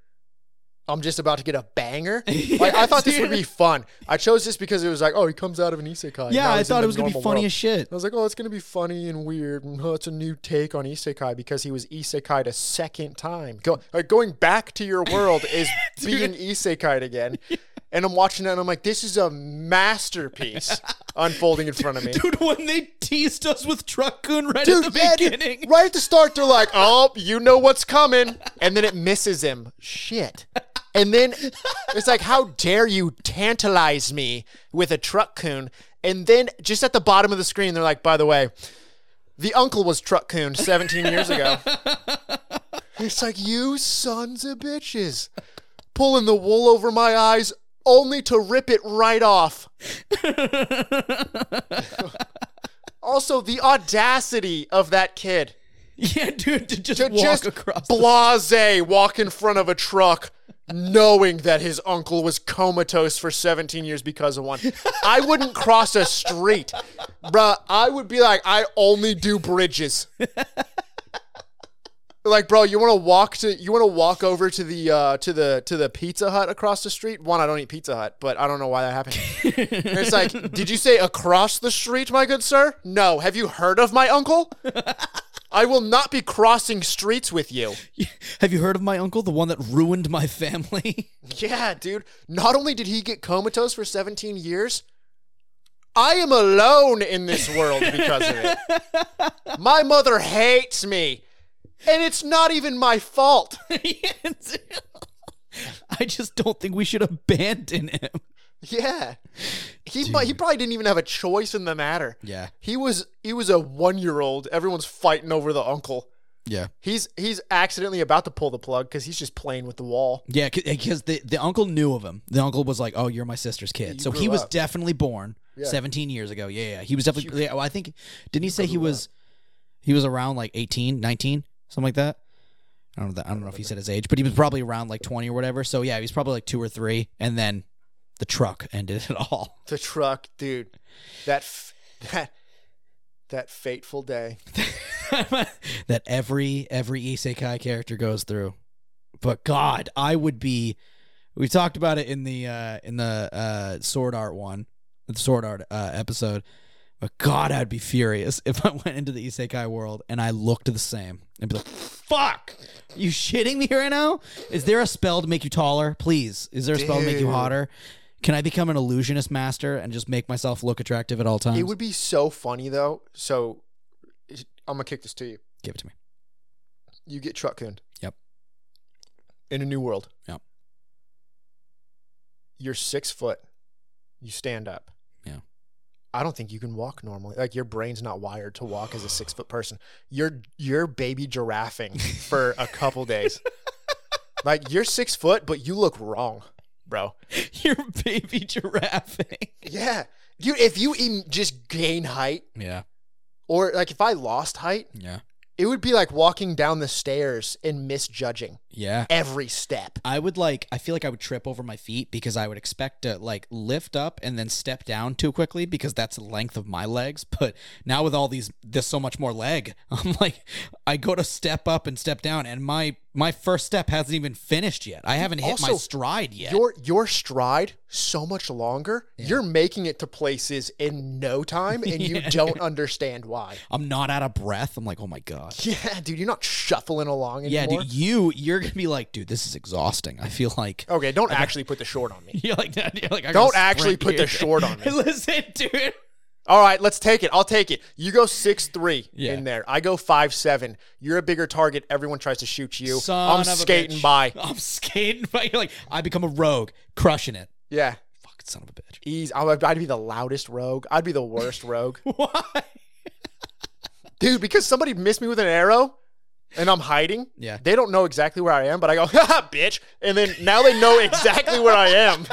S1: I'm just about to get a banger. Like I thought this would be fun. I chose this because it was like, oh, he comes out of an isekai.
S2: Yeah,
S1: Now
S2: I
S1: he's in
S2: thought
S1: the
S2: it was gonna be
S1: normal
S2: funny
S1: world.
S2: as shit.
S1: I was like, oh, it's going to be funny and weird. And, oh, it's a new take on isekai because he was isekai a second time. Go, like, going back to your world is being isekai again. And I'm watching that and I'm like, this is a masterpiece unfolding in front of me.
S2: Dude, when they teased us with Truck Coon right
S1: Dude, yeah, dude. right at the start, they're like, oh, you know what's coming. And then it misses him. Shit. And then it's like, how dare you tantalize me with a truck coon? And then just at the bottom of the screen, they're like, by the way, the uncle was truck coon 17 years ago. it's like, you sons of bitches, pulling the wool over my eyes only to rip it right off. Also, the audacity of that kid.
S2: yeah, dude, to just
S1: to
S2: walk
S1: just
S2: across. the-
S1: blase walk in front of a truck knowing that his uncle was comatose for 17 years because of one i wouldn't cross a street bruh i would be like i only do bridges like bro you want to walk to you want to walk over to the uh to the to the pizza hut across the street one i don't eat pizza hut but i don't know why that happened And it's like did you say across the street my good sir no have you heard of my uncle I will not be crossing streets with you.
S2: Have you heard of my uncle, the one that ruined my family?
S1: Yeah, dude. Not only did he get comatose for 17 years, I am alone in this world because of it. My mother hates me. And it's not even my fault.
S2: I just don't think we should abandon him.
S1: Yeah. He mi- he probably didn't even have a choice in the matter.
S2: Yeah,
S1: He was he was a 1-year-old. Everyone's fighting over the uncle.
S2: yeah,
S1: He's he's accidentally about to pull the plug cuz he's just playing with the wall.
S2: yeah. Because the the uncle knew of him. The uncle was like, "Oh, you're my sister's kid,"
S1: You
S2: so he
S1: grew
S2: was
S1: up.
S2: definitely born
S1: Yeah.
S2: 17 years ago. Yeah, yeah. He was definitely. yeah, well, I think didn't he say he was he was around like 18, 19, something like that. I don't know. That, I don't know if he said his age, but he was probably around like 20 or whatever. So yeah, he was probably like two or three, and then the truck ended it all.
S1: the truck, dude. That f- that that fateful day.
S2: that every every isekai character goes through. But God, I would be. We talked about it in the uh, in the uh, sword art one, the sword art uh, episode. But God, I'd be furious if I went into the isekai world and I looked the same and be like, "Fuck, you shitting me right now? Is there a spell to make you taller? Please, is there a spell to make you
S1: Dude.
S2: hotter? Can I become an illusionist master and just make myself look attractive at all times?
S1: It would be so funny though. So I'm gonna kick this to you.
S2: Give it to me.
S1: You get truck coon.
S2: Yep.
S1: In a new world.
S2: Yep.
S1: You're six foot. You stand up.
S2: Yeah.
S1: I don't think you can walk normally. Like your brain's not wired to walk as a six foot person. You're you're baby giraffing for a couple days. like you're six foot, but you look wrong, bro.
S2: You're baby giraffing.
S1: Yeah. You if you em- just gain height
S2: Yeah,
S1: or like if I lost height,
S2: yeah,
S1: it would be like walking down the stairs and misjudging
S2: yeah.
S1: every step.
S2: I would like. I feel like I would trip over my feet because I would expect to like lift up and then step down too quickly because that's the length of my legs. But now with all these, there's so much more leg. I'm like, I go to step up and step down, and my my first step hasn't even finished yet. I haven't hit my
S1: also,
S2: stride yet.
S1: Your your stride so much longer. You're making it to places in no time and you don't understand why.
S2: I'm not out of breath. I'm like, oh my god.
S1: Yeah, dude, you're not shuffling along
S2: Yeah,
S1: anymore.
S2: dude, you you're gonna be like, dude, this is exhausting. I feel like
S1: Okay, don't actually put the short on me.
S2: you're like, you're like I gotta
S1: Don't actually
S2: sprint
S1: put
S2: here.
S1: the short on me.
S2: Listen, dude.
S1: All right, let's take it. I'll take it. You go six three
S2: Yeah.
S1: in there. I go five seven. You're a bigger target. Everyone tries to shoot you.
S2: Son
S1: I'm
S2: of a
S1: skating
S2: bitch.
S1: by.
S2: I'm skating by. You're like, I become a rogue, crushing it.
S1: Yeah.
S2: Fuck, son of a bitch.
S1: Ease. I would- I'd be the loudest rogue. I'd be the worst rogue,
S2: Why?
S1: dude. Because somebody missed me with an arrow, and I'm hiding.
S2: Yeah.
S1: They don't know exactly where I am, but I go, haha, bitch. And then now they know exactly where I am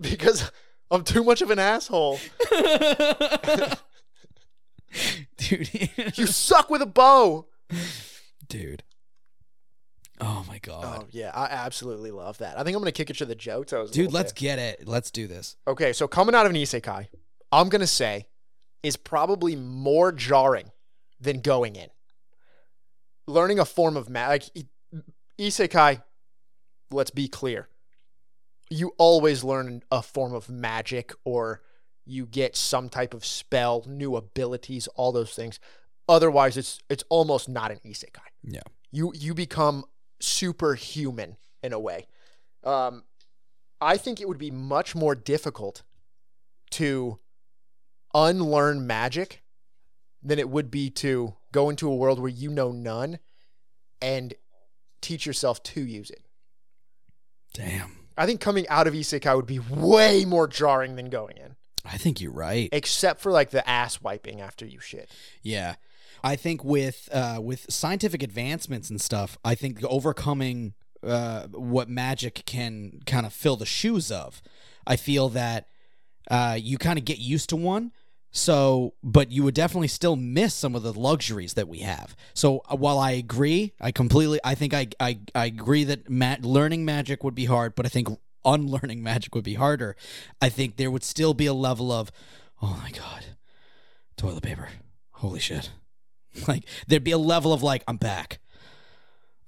S1: because I'm too much of an asshole.
S2: dude.
S1: You suck with a bow.
S2: dude. Oh my god.
S1: Oh, yeah. I absolutely love that. I think I'm going to kick it to the Joe Toes. a
S2: dude,
S1: little
S2: let's
S1: bit.
S2: get it. Let's do this.
S1: Okay, so coming out of an isekai, I'm going to say is probably more jarring than going in. Learning a form of magic, like i- isekai, let's be clear. You always learn a form of magic or you get some type of spell, new abilities, all those things. Otherwise, it's it's almost not an isekai.
S2: Yeah.
S1: You you become superhuman in a way. Um I think it would be much more difficult to unlearn magic than it would be to go into a world where you know none and teach yourself to use it.
S2: Damn.
S1: I think coming out of isekai would be way more jarring than going in,
S2: I think you're right.
S1: except for like the ass wiping after you shit.
S2: Yeah. I think with uh, with scientific advancements and stuff, I think overcoming uh, what magic can kind of fill the shoes of, I feel that uh, you kind of get used to one. So, but you would definitely still miss some of the luxuries that we have. So, uh, while I agree, I completely, I think I I, I agree that ma- learning magic would be hard, but I think unlearning magic would be harder. I think there would still be a level of, oh my god, toilet paper. Holy shit. Like there'd be a level of like I'm back.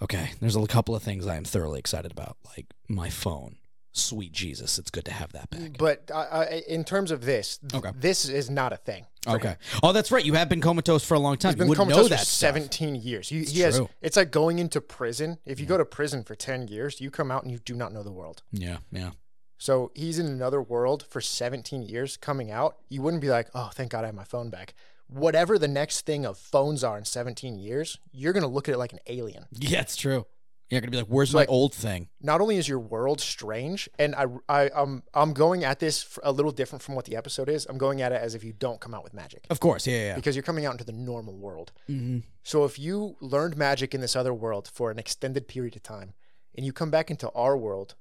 S2: Okay, there's a couple of things I am thoroughly excited about, like my phone. Sweet Jesus, it's good to have that back.
S1: But I, I, in terms of this, th-
S2: Okay.
S1: this is not a thing. for him.
S2: Okay. Oh, that's right. You have been comatose for a long time.
S1: He's been
S2: you would
S1: comatose
S2: know
S1: for
S2: that. stuff.
S1: 17 years. He, he has,
S2: true.
S1: it's like going into prison. If you go to prison for 10 years, you come out and you do not know the world.
S2: Yeah, yeah.
S1: So he's in another world for 17 years coming out. You wouldn't be like, oh, thank God I have my phone back. Whatever the next thing of phones are in 17 years, you're going to look at it like an alien.
S2: Yeah, it's true. You're gonna be like, "Where's
S1: So,
S2: my
S1: like-
S2: old thing?"
S1: Not only is your world strange, and I, I, I'm, I'm going at this f- a little different from what the episode is. I'm going at it as if you don't come out with magic
S2: Of course. Yeah, yeah.
S1: because you're coming out into the normal world.
S2: yeah. Mm-hmm.
S1: So if you learned magic in this other world for an extended period of time and you come back into our world,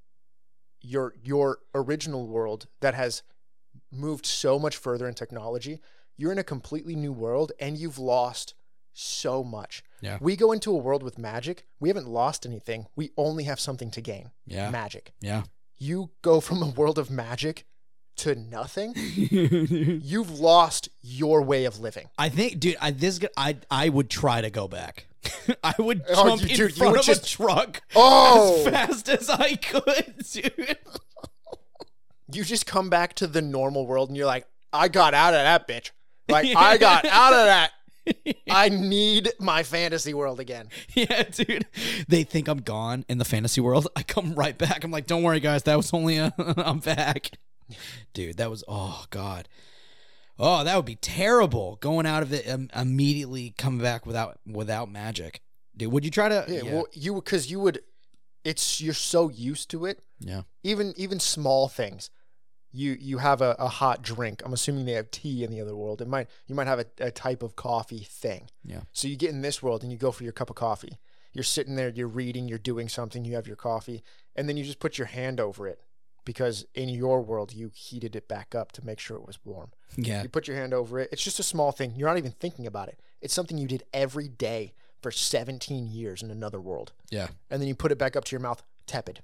S1: your your original world that has moved so much further in technology, you're in a completely new world and you've lost so much.
S2: Yeah.
S1: We go into a world with magic, we haven't lost anything. We only have something to gain.
S2: Yeah.
S1: Magic.
S2: Yeah.
S1: You go from a world of magic to nothing. You've lost your way of living.
S2: I think, dude, I this g- I I would try to go back. I would
S1: Oh,
S2: jump
S1: you-
S2: in
S1: dude, you
S2: front
S1: would
S2: of
S1: just-
S2: a truck
S1: Oh,
S2: as fast as I could, dude.
S1: you just come back to the normal world and you're like, I got out of that bitch. Like, I got out of that. I need my fantasy world again.
S2: yeah, dude. They think I'm gone in the fantasy world. I come right back. I'm like, don't worry, guys. That was only a. I'm back. Dude, that was. Oh, God. Oh, that would be terrible going out of it um, immediately coming back without without magic. Dude, would you try to?
S1: Yeah, Well, you because you would, it's you're so used to it.
S2: yeah.
S1: Even even small things, you you have a, a hot drink. I'm assuming they have tea in the other world. It might you might have a, a type of coffee thing.
S2: Yeah.
S1: So you get in this world and you go for your cup of coffee. You're sitting there, you're reading, you're doing something, you have your coffee, and then you just put your hand over it because in your world you heated it back up to make sure it was warm.
S2: Yeah.
S1: You put your hand over it. It's just a small thing. You're not even thinking about it. It's something you did every day for 17 years in another world.
S2: Yeah.
S1: And then you put it back up to your mouth, tepid.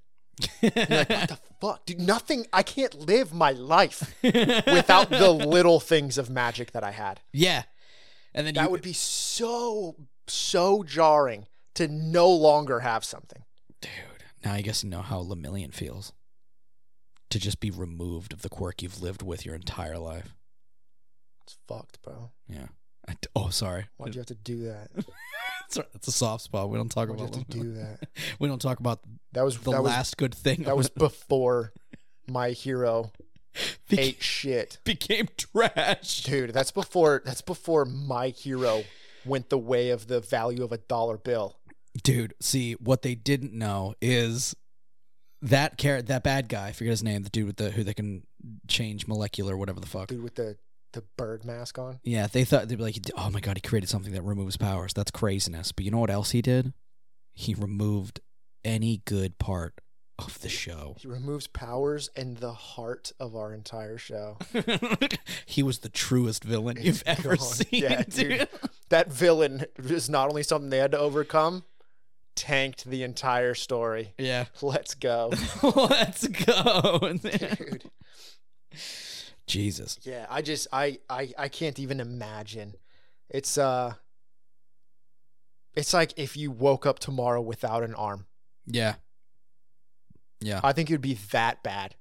S1: You're like, what the fuck? Dude, nothing. I can't live my life without the little things of magic that I had.
S2: yeah. And then
S1: That
S2: you,
S1: would be so, so jarring to no longer have something.
S2: Dude, now I guess you know how Lemillion feels. To just be removed of the quirk you've lived with your entire life.
S1: It's fucked, bro.
S2: Yeah. I d- oh, sorry.
S1: Why'd you have to do that?
S2: Sorry, That's a soft spot. We don't talk
S1: Why'd you
S2: about.
S1: have to
S2: Lemillion.
S1: do that?
S2: We don't talk about
S1: That was
S2: the
S1: that was
S2: last good thing.
S1: that was before my hero
S2: beca-
S1: ate shit.
S2: became trash.
S1: Dude, that's before that's before my hero went the way of the value of a dollar bill.
S2: Dude, see what they didn't know is that car- that bad guy. I forget his name. The dude with the who they can change molecular, whatever the fuck.
S1: Dude with the the bird mask on.
S2: Yeah, they thought they'd be like, oh my god, he created something that removes powers. That's craziness. But you know what else he did? He removed any good part of the show.
S1: He removes powers and the heart of our entire show.
S2: he was the truest villain you've
S1: It's
S2: ever
S1: gone.
S2: seen.
S1: Yeah,
S2: dude.
S1: dude. That villain is not only something they had to overcome, tanked the entire story.
S2: Yeah.
S1: Let's go.
S2: Let's go.
S1: Dude.
S2: Jesus.
S1: Yeah, I just I I I can't even imagine. It's uh it's like if you woke up tomorrow without an arm.
S2: Yeah. Yeah.
S1: I think it would be that bad.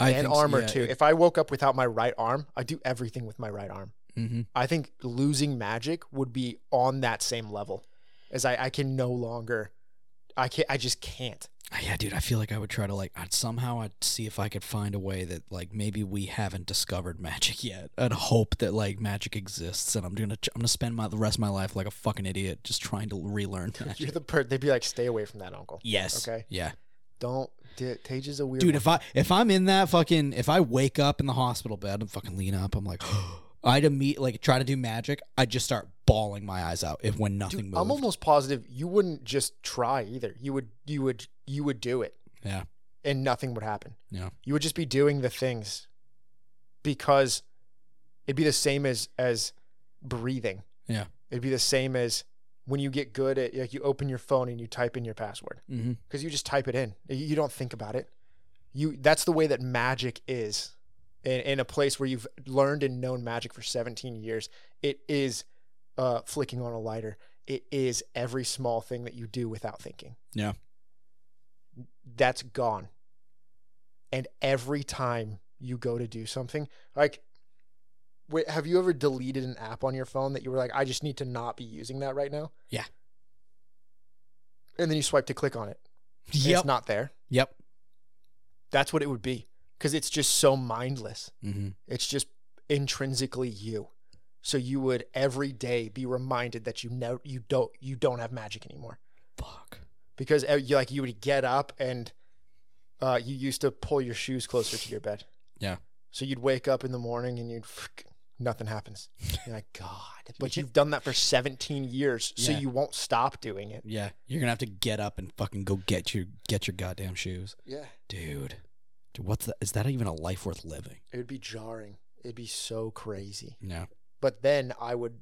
S2: I
S1: and
S2: think so,
S1: armor
S2: yeah,
S1: too. If I woke up without my right arm, I do everything with my right arm.
S2: Mhm.
S1: I think losing magic would be on that same level as I, I can no longer I can't I just can't.
S2: Ah, Yeah, dude, I feel like I would try to like I'd somehow I'd see if I could find a way that like maybe we haven't discovered magic yet. I'd hope that like magic exists, and I'm gonna I'm gonna spend my the rest of my life like a fucking idiot just trying to relearn
S1: You're
S2: magic.
S1: the per they'd be like, stay away from that uncle.
S2: yes.
S1: Okay.
S2: Yeah.
S1: Don't D- Tage is a weird
S2: Dude,
S1: one.
S2: if I if I'm in that fucking if I wake up in the hospital bed and fucking lean up, I'm like I'd immediate like try to do magic. I'd just start bawling my eyes out if when nothing
S1: Dude,
S2: moved.
S1: I'm almost positive you wouldn't just try either. You would you would you would do it.
S2: Yeah.
S1: And nothing would happen.
S2: Yeah.
S1: You would just be doing the things because it'd be the same as as breathing.
S2: Yeah.
S1: It'd be the same as when you get good at like you open your phone and you type in your password
S2: hmm
S1: because you just type it in. You you don't think about it. You that's the way that magic is. In, in a place where you've learned and known magic for 17 years, it is uh, flicking on a lighter. It is every small thing that you do without thinking.
S2: Yeah.
S1: That's gone. And every time you go to do something, like, wait, have you ever deleted an app on your phone that you were like, I just need to not be using that right now?
S2: Yeah.
S1: And then you swipe to click on it and
S2: Yep.
S1: it's not there.
S2: yep.
S1: That's what it would be because it's just so mindless.
S2: Mm-hmm.
S1: It's just intrinsically you. So you would every day be reminded that you know you don't you don't have magic anymore
S2: Fuck.
S1: because uh, you like you would get up and uh, you used to pull your shoes closer to your bed.
S2: Yeah.
S1: So you'd wake up in the morning and you'd frick- nothing happens. You're like God, but you've done that for 17 years, so
S2: Yeah.
S1: you won't stop doing it.
S2: Yeah, you're gonna have to get up and fucking go get your get your goddamn shoes,
S1: Yeah.
S2: dude. Dude, what's that? Is that even a life worth living?
S1: It would be jarring. It'd be so crazy.
S2: No.
S1: but then I would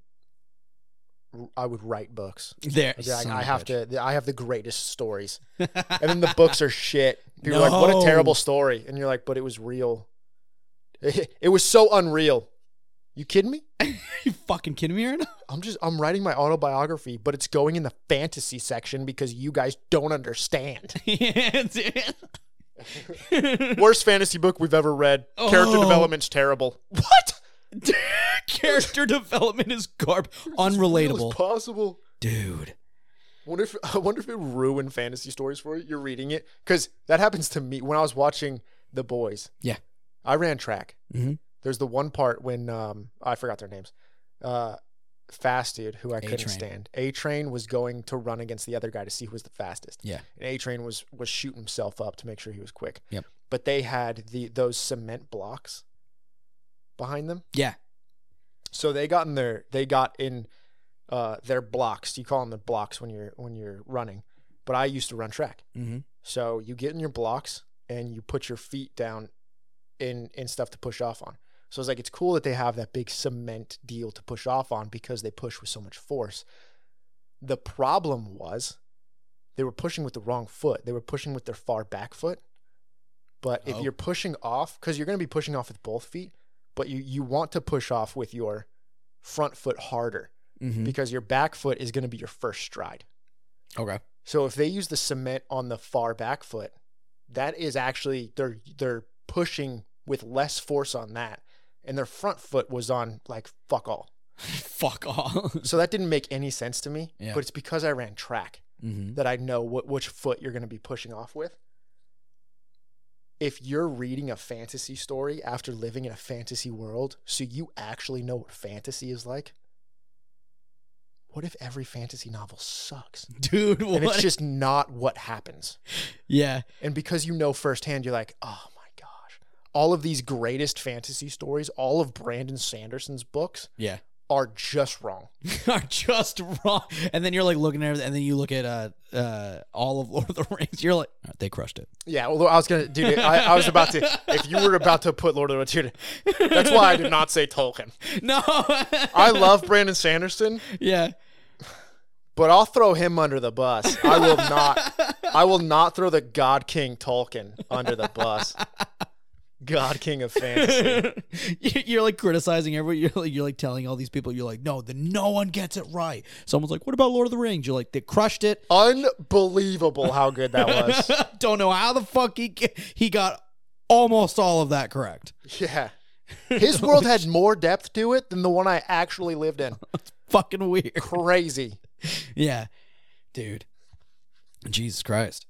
S1: I would write books.
S2: There.
S1: I'd be like, I have to I have the greatest stories. And then the books are shit. People are like, what
S2: No.
S1: a terrible story. And you're like, but it was real. It, was so unreal. You kidding me?
S2: you fucking kidding me right now?
S1: I'm just I'm writing my autobiography, but it's going in the fantasy section because you guys don't understand.
S2: yeah, dude.
S1: Worst fantasy book we've ever read. Character
S2: Oh.
S1: development's terrible. What?
S2: Character development is garb.
S1: Real
S2: Unrelatable,
S1: as possible.
S2: dude.
S1: Wonder if I wonder if it ruined fantasy stories for you. You're reading it because that happens to me when I was watching The Boys.
S2: Yeah.
S1: I ran track.
S2: Mhm.
S1: There's the one part when um I forgot their names. Uh, fast dude who I couldn't
S2: A-Train.
S1: stand. A Train was going to run against the other guy to see who was the fastest.
S2: Yeah.
S1: And A Train was was shooting himself up to make sure he was quick.
S2: Yep.
S1: But they had the those cement blocks behind them.
S2: Yeah.
S1: So they got in their they got in uh, their blocks. You call them the blocks when you're when you're running. But I used to run track.
S2: Mm-hmm.
S1: So you get in your blocks and you put your feet down in in stuff to push off on. So it's like it's cool that they have that big cement deal to push off on because they push with so much force. The problem was they were pushing with the wrong foot. They were pushing with their far back foot. But if
S2: Oh.
S1: you're pushing off, because you're going to be pushing off with both feet, but you you want to push off with your front foot harder
S2: Mm-hmm.
S1: because your back foot is going to be your first stride.
S2: Okay.
S1: So if they use the cement on the far back foot, that is actually they're they're pushing with less force on that, and their front foot was on like fuck all.
S2: Fuck off.
S1: So that didn't make any sense to me.
S2: Yeah.
S1: But it's because I ran track
S2: Mm-hmm.
S1: that I know what which foot you're going to be pushing off with. If you're reading a fantasy story after living in a fantasy world, so you actually know what fantasy is like. What if every fantasy novel sucks?
S2: Dude, what?
S1: And it's just not what happens.
S2: yeah.
S1: And because you know firsthand, you're like, oh my gosh, all of these greatest fantasy stories, all of Brandon Sanderson's books
S2: Yeah.
S1: are just wrong.
S2: Are just wrong. And then you're like looking at everything, and then you look at uh uh all of Lord of the Rings. You're like, "All right, they crushed it.
S1: Yeah, although I was gonna, dude, I, I was about to. If you were about to put Lord of the Rings, dude, that's why I did not say Tolkien.
S2: No.
S1: I love Brandon Sanderson,
S2: yeah.
S1: but I'll throw him under the bus. I will not. I will not throw the God King Tolkien under the bus. God King of fantasy.
S2: You- you're like criticizing everyone. You're like, you're like telling all these people. You're like, no, the no one gets it right. Someone's like, what about Lord of the Rings? You're like, they crushed it.
S1: Unbelievable how good that was.
S2: Don't know how the fuck he ge- he got almost all of that correct.
S1: Yeah. His world had more depth to it than the one I actually lived in.
S2: Fucking weird.
S1: Crazy.
S2: Yeah, dude. Jesus Christ.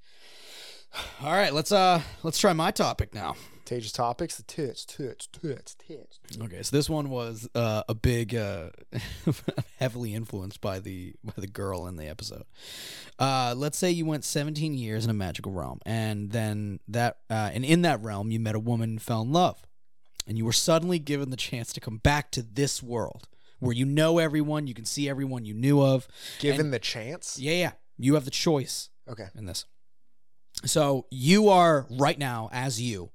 S2: All right, let's uh let's try my topic now.
S1: Contagious topics, the tits, tits, tits, tits.
S2: Okay, so this one was uh, a big, uh, heavily influenced by the by the girl in the episode. Uh, let's say you went 17 years in a magical realm, and then that uh, and in that realm you met a woman, and fell in love, and you were suddenly given the chance to come back to this world where you know everyone, you can see everyone you knew of.
S1: Given the chance.
S2: Yeah, yeah, you have the choice
S1: Okay.
S2: in this. So you are right now, as you,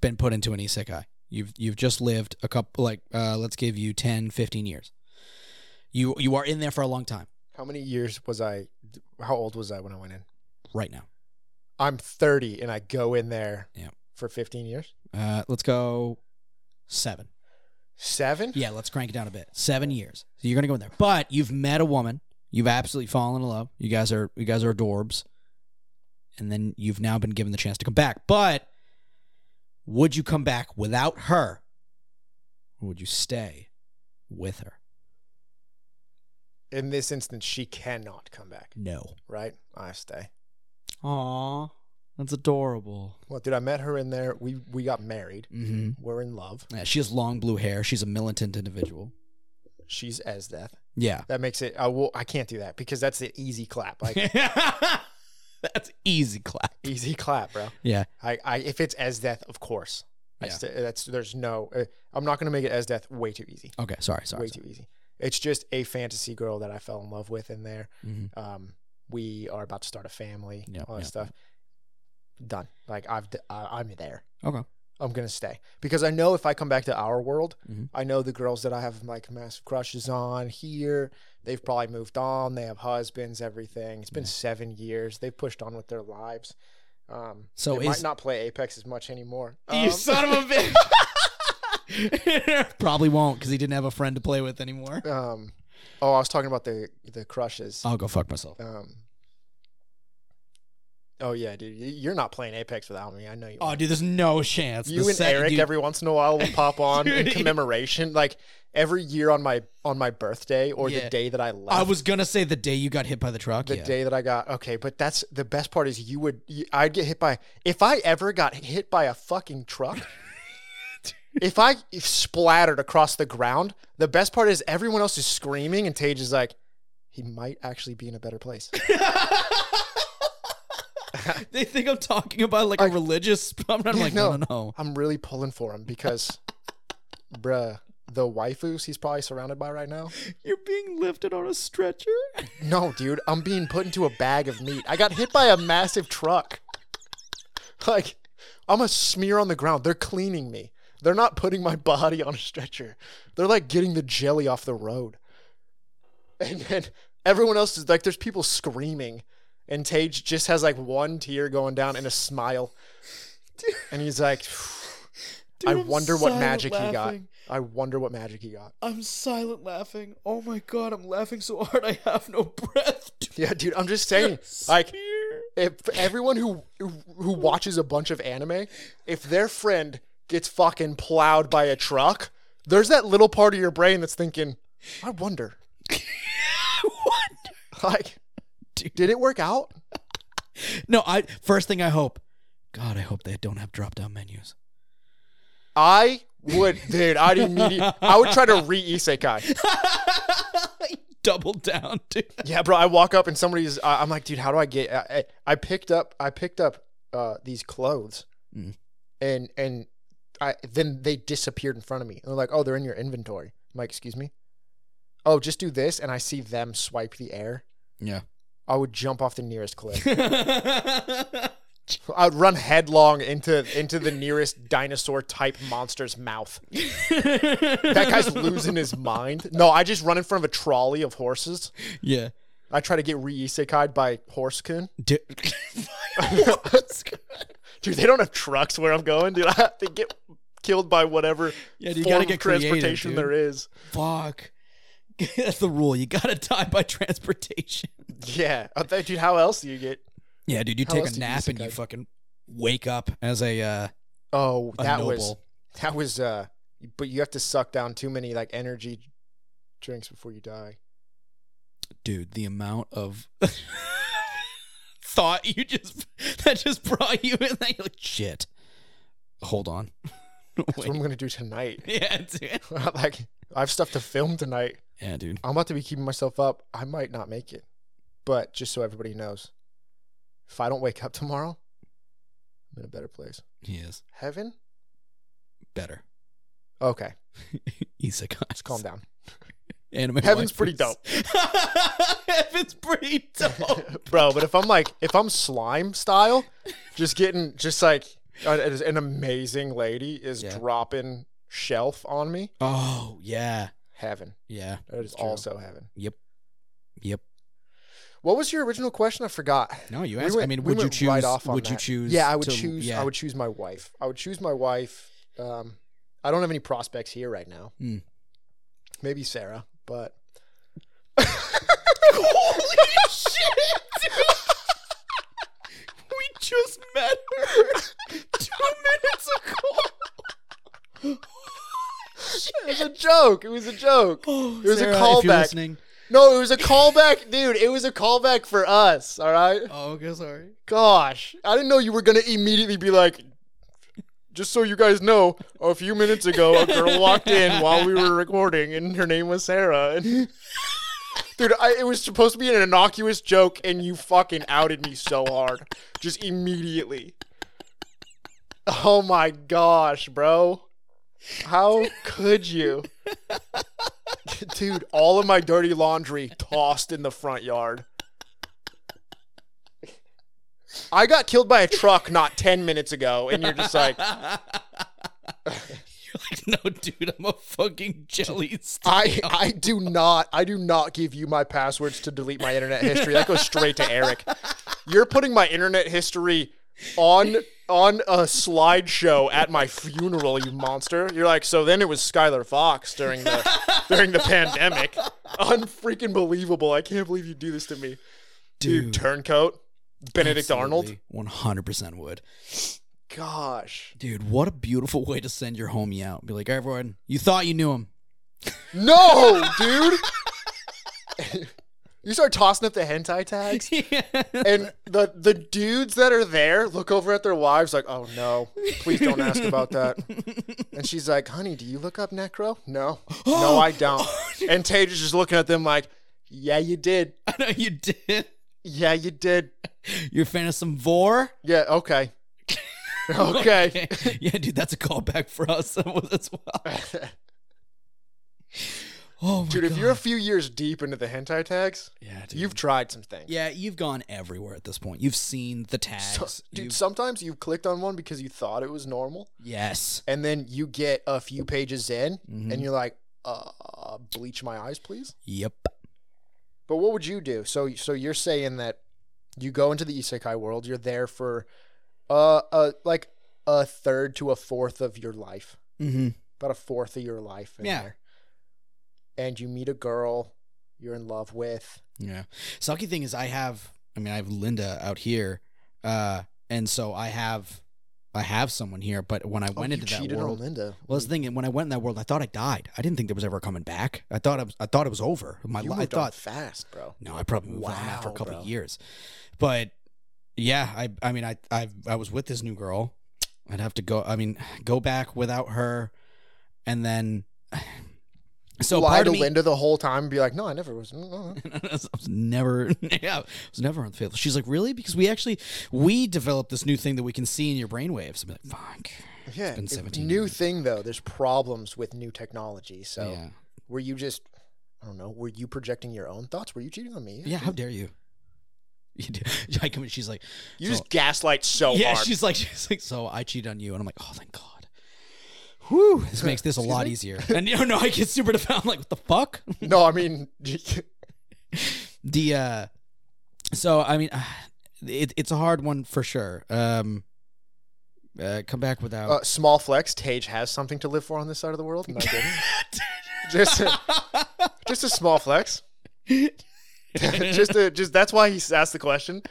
S2: been put into an isekai. You've you've just lived a couple like uh, let's give you 10, 15 years. You you are in there for a long time
S1: How many years was I? How old was I when I went in?
S2: right now.
S1: I'm 30 and I go in there
S2: Yeah.
S1: for 15 years.
S2: Uh, let's go seven.
S1: Seven?
S2: Yeah, let's crank it down a bit. Seven years. So you're gonna go in there, but you've met a woman. You've absolutely fallen in love. You guys are you guys are adorbs, and then you've now been given the chance to come back. But would you come back without her, or would you stay with her?
S1: In this instance, she cannot come back,
S2: No.
S1: right? I stay.
S2: Aw, that's adorable.
S1: Well, dude, I met her in there. We, we got married.
S2: Mm-hmm.
S1: We're in love.
S2: Yeah, she has long blue hair. She's a militant individual.
S1: She's as death.
S2: Yeah.
S1: That makes it. I will. I can't do that because that's an easy clap. Like
S2: that's easy clap.
S1: easy clap, bro.
S2: Yeah.
S1: I, I if it's as death, of course. I
S2: Yeah.
S1: st- that's there's no. Uh, I'm not gonna make it as death. Way too easy.
S2: Okay. Sorry. Sorry.
S1: way too easy. It's just a fantasy girl that I fell in love with in there.
S2: Mhm.
S1: Um, we are about to start a family.
S2: Yeah,
S1: all that
S2: yeah.
S1: stuff. Done. Like I've d- I, am there.
S2: Okay.
S1: I'm gonna stay because I know if I come back to our world,
S2: Mhm.
S1: I know the girls that I have like massive crushes on here. They've probably moved on. They have husbands. Everything. It's been
S2: Yeah.
S1: seven years. They've pushed on with their lives. Um,
S2: So
S1: they
S2: is-
S1: might not play Apex as much anymore. Um,
S2: you son of a bitch. Probably won't because he didn't have a friend to play with anymore.
S1: um, oh, I was talking about the the crushes.
S2: I'll go fuck myself.
S1: Um. Oh yeah, dude, Y- you're not playing Apex without me. I know you.
S2: Oh,
S1: aren't.
S2: dude, there's no chance.
S1: you
S2: The
S1: and
S2: sec-
S1: Eric
S2: dude,
S1: every once in a while will pop on in
S2: Dude.
S1: commemoration, like every year on my on my birthday or
S2: Yeah.
S1: the day that I left.
S2: I was gonna say the day you got hit by the truck.
S1: the
S2: yeah.
S1: day that I got okay, but that's the best part is you would you, I'd get hit by if I ever got hit by a fucking truck. if I if splattered across the ground, the best part is everyone else is screaming and Tage is like, he might actually be in a better place.
S2: they think I'm talking about like a religious. I'm not I'm like no,
S1: no.
S2: no, no.
S1: I'm really pulling for him because, bruh, the waifus he's probably surrounded by right now.
S2: You're being lifted on a stretcher.
S1: No, dude, I'm being put into a bag of meat. I got hit by a massive truck. Like, I'm a smear on the ground. They're cleaning me. They're not putting my body on a stretcher. They're like getting the jelly off the road. And then everyone else is like, there's people screaming. And Tage just has like one tear going down and a smile. And he's like, I wonder what magic he got. I wonder what magic he got.
S2: I'm silent laughing. Oh my god, I'm laughing so hard I have no breath.
S1: Yeah, dude, I'm just saying. Like, if everyone who who watches a bunch of anime, if their friend gets fucking plowed by a truck, there's that little part of your brain that's thinking, I wonder,
S2: what?
S1: like, did it work out?
S2: No, I first thing I hope. God, I hope they don't have drop down menus.
S1: I would, dude. I'd immediately, I would try to re isekai.
S2: Double down, dude.
S1: Yeah, bro. I walk up and somebody's. I I'm like, dude, how do I get? I, I I picked up. I picked up uh, these clothes,
S2: Mm.
S1: and and I then they disappeared in front of me. And they're like, "Oh, they're in your inventory." I'm like, "Excuse me." Oh, just do this, and I see them swipe the air.
S2: Yeah.
S1: I would jump off the nearest cliff. I would run headlong into into the nearest dinosaur type monster's mouth. That
S2: that
S1: guy's losing his mind. No, I just run in front of a trolley of horses.
S2: Yeah.
S1: I try to get re isekai'd by horsecoon.
S2: D-
S1: Dude, they don't have trucks where I'm going, dude. I have to get killed by whatever
S2: Yeah, dude, you
S1: form
S2: gotta
S1: of
S2: get creative,
S1: transportation
S2: dude.
S1: there is.
S2: Fuck. That's the rule. You gotta die by transportation.
S1: Yeah. I think- dude, how else do you get?
S2: Yeah, dude. You
S1: How
S2: take
S1: else
S2: a
S1: do you
S2: nap and you
S1: isekai?
S2: fucking wake up as a uh,
S1: Oh,
S2: a
S1: that
S2: noble.
S1: was that was uh but you have to suck down too many like energy drinks before you die.
S2: dude the amount of thought you just that just brought you in that you're like shit hold on
S1: That's what I'm gonna do tonight.
S2: yeah dude
S1: like I have stuff to film tonight.
S2: yeah dude
S1: I'm about to be keeping myself up. I might not make it. But just so everybody knows, if I don't wake up tomorrow, I'm in a better place.
S2: he is
S1: Heaven?
S2: better
S1: Okay.
S2: isekai
S1: Just calm down.
S2: anime
S1: Heaven's pretty dope.
S2: heaven's pretty dope
S1: Bro, but if I'm like if I'm slime style, just getting just like an, an amazing lady is
S2: Yeah.
S1: dropping shelf on me,
S2: oh yeah
S1: heaven.
S2: yeah
S1: That is
S2: It's true.
S1: also heaven.
S2: yep
S1: What was your original question? I forgot.
S2: no you
S1: We
S2: asked i
S1: went-
S2: mean
S1: we
S2: would you
S1: went
S2: choose
S1: right off on
S2: would you
S1: that.
S2: choose
S1: Yeah, I would
S2: to-
S1: choose.
S2: yeah.
S1: I would choose my wife. I would choose my wife. Um, I don't have any prospects here right now.
S2: Hmm.
S1: Maybe Sarah, but
S2: Holy shit! we just met her two minutes ago.
S1: it was a joke. It was a joke.
S2: Oh,
S1: It was a
S2: Sarah, if you're
S1: callback.
S2: listening-
S1: No, it was a callback, dude. It was a callback for us. All right.
S2: Oh, okay, sorry.
S1: Gosh, I didn't know you were gonna immediately be like. Just so you guys know, a few minutes ago, a girl walked in while we were recording, and her name was Sarah. And dude, I, it was supposed to be an innocuous joke, and you fucking outed me so hard, just immediately. Oh my gosh, bro! How could you, dude? All of my dirty laundry tossed in the front yard. I got killed by a truck not 10 minutes ago, and you're just like,
S2: You're like, no, dude, I'm a fucking jelly stick.
S1: I, I do not I do not give you my passwords to delete my internet history. That goes straight to Eric. You're putting my internet history on on a slideshow at my funeral, you monster. You're like, so then it was Skylar Fox during the during the pandemic. Unfreaking believable. I can't believe you do this to me. Dude, turncoat. Benedict Arnold.
S2: One hundred percent would.
S1: Gosh.
S2: Dude, what a beautiful way to send your homie out. Be like, all right, everyone, you thought you knew him.
S1: No, dude. you start tossing up the hentai tags. and the the dudes that are there look over at their wives like, "Oh no, please don't ask about that." And she's like, "Honey, do you look up necro?" No, no, I don't. And Tage is just looking at them like, "Yeah, you did.
S2: I know you did.
S1: Yeah, you did.
S2: You're a fan of some vor?
S1: Yeah, okay, okay."
S2: yeah, dude, that's a callback for us as well. Oh my
S1: Dude,
S2: god,
S1: if you're a few years deep into the hentai tags,
S2: yeah, dude.
S1: you've tried some things.
S2: yeah, you've gone everywhere at this point. You've seen the tags.
S1: So- dude,
S2: You've-
S1: sometimes you've clicked on one because you thought it was normal,
S2: yes,
S1: and then you get a few pages in,
S2: Mhm.
S1: and you're like, "Uh, bleach my eyes, please."
S2: yep.
S1: But what would you do? So so you're saying that you go into the isekai world, you're there for uh, uh like a third to a fourth of your life.
S2: Mm-hmm.
S1: About a fourth of your life in
S2: Yeah.
S1: there. And you meet a girl you're in love with.
S2: Yeah. Sucky thing is I have I mean I have Linda out here uh and so I have I have someone here but when I
S1: Oh,
S2: went
S1: you
S2: into that
S1: cheated
S2: world
S1: on Linda.
S2: well, that's the thing. When I went in that world, I thought I died. I didn't think there was ever coming back. I thought I, was, I thought it was over. My
S1: you
S2: life. I
S1: moved on
S2: thought
S1: fast, bro.
S2: no, I probably moved on after a
S1: Wow,
S2: couple
S1: bro.
S2: of years. But yeah, I I mean I I I was with this new girl. I'd have to go I mean go back without her and then So
S1: lie
S2: part
S1: to
S2: of me,
S1: Linda the whole time and be like, no, I never was. no, no, no."
S2: I was never, yeah, I was never unfaithful. She's like, really? Because we actually we developed this new thing that we can see in your brainwaves. I'm like, fuck.
S1: Yeah,
S2: been
S1: it-
S2: 17
S1: new
S2: years.
S1: thing though. There's problems with new technology. So
S2: yeah,
S1: were you just, I don't know, were you projecting your own thoughts? Were you cheating on me?
S2: yeah. How dare you? You do. I come in. She's like,
S1: you
S2: so-
S1: just gaslight so
S2: yeah.
S1: hard.
S2: She's like, she's like. So I cheated on you, and I'm like, oh, thank God. Whew, this makes this a
S1: Excuse
S2: lot
S1: me?
S2: easier. And you know, no, I get super defensive. I'm like, what the fuck?
S1: no, I mean,
S2: the uh so i mean uh, it, it's a hard one for sure um uh, come back without
S1: uh, small flex. Tage has something to live for on this side of the world. No, I didn't. just, a, just a small flex. Uh, just, a, just that's why he asked the question.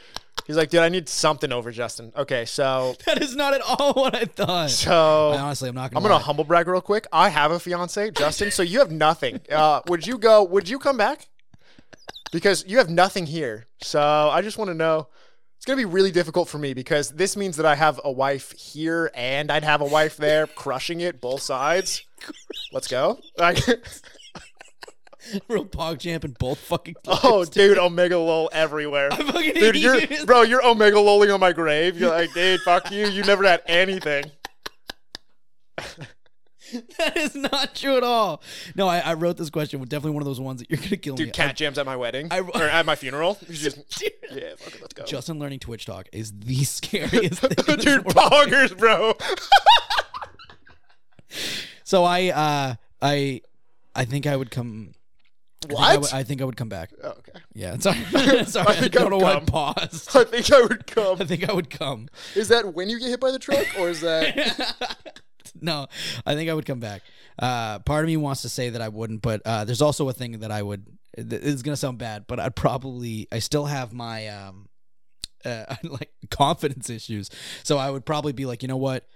S1: He's like, dude, I need something over Justin. Okay, so,
S2: that is not at all what i thought I
S1: so.
S2: honestly i'm not
S1: I'm
S2: gonna,
S1: gonna
S2: lie.
S1: humble brag real quick. I have a fiance, Justin. So you have nothing. Uh, would you go? Would you come back? Because you have nothing here. So I just want to know. It's gonna be really difficult for me because this means that I have a wife here and I'd have a wife there, crushing it both sides. Let's go. Like,
S2: real pog champ in both fucking
S1: oh,
S2: lives.
S1: dude, Omega lol everywhere.
S2: I fucking
S1: Dude,
S2: hate
S1: you're
S2: you.
S1: bro, you're Omega lolling on my grave. You're like, dude, fuck you. You never had anything.
S2: that is not true at all no I, I wrote this question definitely one of those ones that you're gonna kill me
S1: Dude, cat jams at my wedding
S2: I-
S1: or at my funeral. He's just, yeah, fuck it, let's go.
S2: justin learning twitch talk is the scariest thing in this
S1: Dude, poggers, bro.
S2: So I, uh, I, I think I would come. I think I, would,
S1: What?
S2: I think I would come back.
S1: Okay.
S2: Yeah, sorry, sorry. I,
S1: think I
S2: don't know
S1: would
S2: why I
S1: come.
S2: paused.
S1: I think I would
S2: I
S1: come.
S2: think I would come.
S1: Is that when you get hit by the truck, or is that?
S2: No, I think I would come back. Uh, part of me wants to say that I wouldn't, but uh, there's also a thing that I would. th- It's gonna sound bad, but I'd probably. I still have my um, uh, like confidence issues, so I would probably be like, you know what,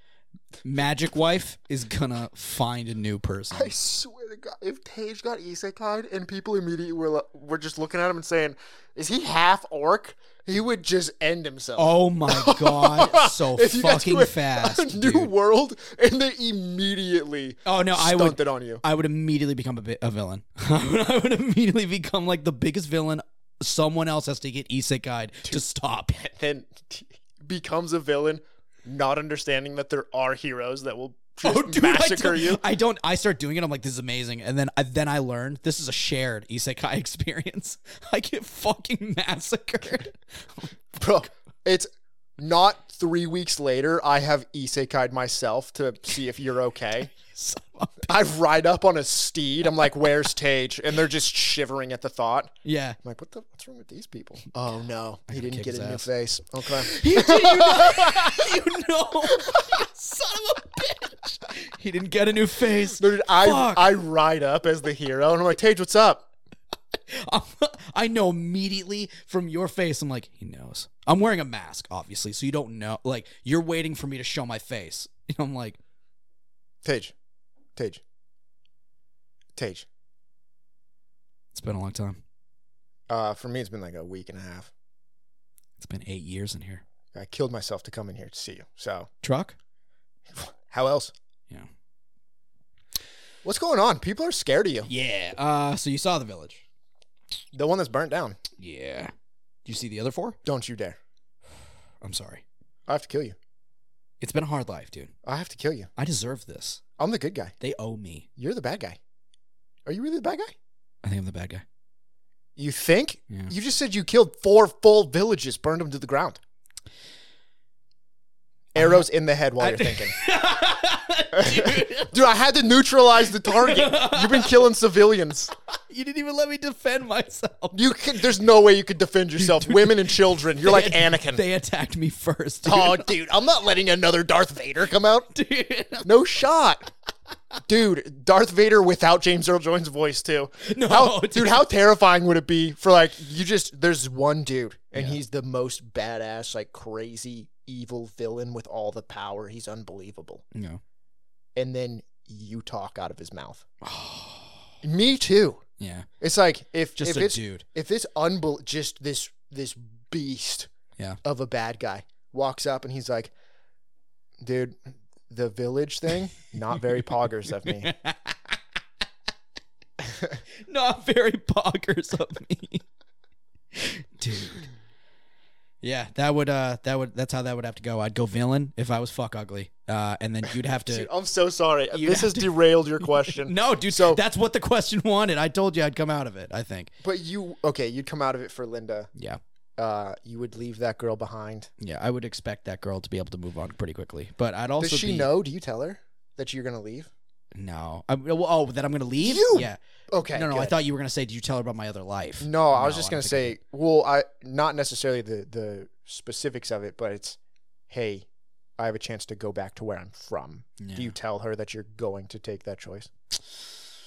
S2: Magic Wife is gonna find a new person.
S1: I swear to God, if Tage got isekai'd and people immediately were lo- were just looking at him and saying, "Is he half orc?" He would just end himself.
S2: Oh my god, so
S1: If you got to
S2: fucking
S1: a-
S2: fast.
S1: A new
S2: dude.
S1: world, and they immediately
S2: Oh no, I would
S1: stunted on you.
S2: I would immediately become a, bi- a villain. I would, I would immediately become like the biggest villain. Someone else has to get isekai'd to stop it.
S1: Then t- becomes a villain, not understanding that there are heroes that will just massacre
S2: Oh, I don't,
S1: you.
S2: I don't. I start doing it. I'm like, this is amazing. And then, I, then I learned this is a shared isekai experience. I get fucking massacred.
S1: Bro, it's not three weeks later. I have isekai'd myself to see if you're okay.
S2: Son of a-
S1: I ride up on a steed. I'm like, "Where's Tage?" And they're just shivering at the thought.
S2: yeah.
S1: I'm like, "What the? What's wrong with these people?" Oh no, he didn't
S2: kick
S1: get
S2: his
S1: it in your
S2: ass.
S1: face. Okay.
S2: You, did, you know, you know, you son of a bitch. He didn't get a new face.
S1: Dude, I
S2: Fuck.
S1: I ride up as the hero, and I'm like, "Tage, what's up?"
S2: I'm- I know immediately from your face. I'm like, he knows. I'm wearing a mask, obviously, so you don't know. Like, you're waiting for me to show my face. And I'm like,
S1: Tage, Tage, Tage.
S2: it's been a long time.
S1: Uh, for me, it's been like a week and a half.
S2: It's been eight years in here.
S1: I killed myself to come in here to see you. So,
S2: Truck?
S1: how else?
S2: Yeah.
S1: What's going on? People are scared of you.
S2: Yeah. Uh, so you saw the village?
S1: The one that's burnt down.
S2: Yeah. You see the other four?
S1: Don't you dare.
S2: I'm sorry.
S1: I have to kill you.
S2: It's been a hard life, dude.
S1: I have to kill you.
S2: I deserve this.
S1: I'm the good guy.
S2: They owe me.
S1: You're the bad guy. Are you really the bad guy?
S2: I think I'm the bad guy.
S1: You think?
S2: Yeah.
S1: You just said you killed four full villages, burned them to the ground. Arrows in the head while you're thinking.
S2: Dude,
S1: Dude, I had to neutralize the target. You've been killing civilians.
S2: you didn't even let me defend myself.
S1: You can, there's no way you could defend yourself. Women and children. You're like Anakin.
S2: They attacked me first. Dude.
S1: oh, dude, I'm not letting another Darth Vader come out.
S2: dude.
S1: No shot. Dude, Darth Vader without James Earl Jones' voice too.
S2: No,
S1: How- dude,
S2: Oh, dude.
S1: how terrifying would it be for like you just there's one dude and he's the most badass, like crazy evil villain with all the power. He's unbelievable.
S2: No.
S1: And then you talk out of his mouth. Oh. Me too.
S2: Yeah.
S1: It's like if
S2: Just
S1: if
S2: a
S1: it's
S2: dude.
S1: if it's unbel just this this beast
S2: Yeah.
S1: of a bad guy walks up and he's like, dude, the village thing, not very poggers of me.
S2: not very bonkers of me. Dude. Yeah, that would uh that would that's how that would have to go. I'd go villain if I was fuck ugly. Uh and then you'd have to
S1: Dude, I'm so sorry.
S2: You'd
S1: this
S2: have
S1: has derailed your question.
S2: No, dude,
S1: So-
S2: that's what the question wanted. I told you I'd come out of it, I think.
S1: But you okay? You'd come out of it for Linda.
S2: Yeah.
S1: Uh, you would leave that girl behind.
S2: Yeah, I would expect that girl to be able to move on pretty quickly. But I'd also
S1: Does she
S2: be,
S1: know? Do you tell her that you're gonna leave?
S2: No. I, well, oh, that I'm going to leave?
S1: You-
S2: Yeah.
S1: Okay.
S2: no, no, I
S1: good.
S2: thought you were going to say did you tell her about my other life?
S1: No, I was
S2: No,
S1: just
S2: I
S1: gonna
S2: don't think
S1: say. Well, I not necessarily the the specifics of it, but it's, hey, I have a chance to go back to where I'm from.
S2: Yeah.
S1: Do you tell her that you're going to take that choice?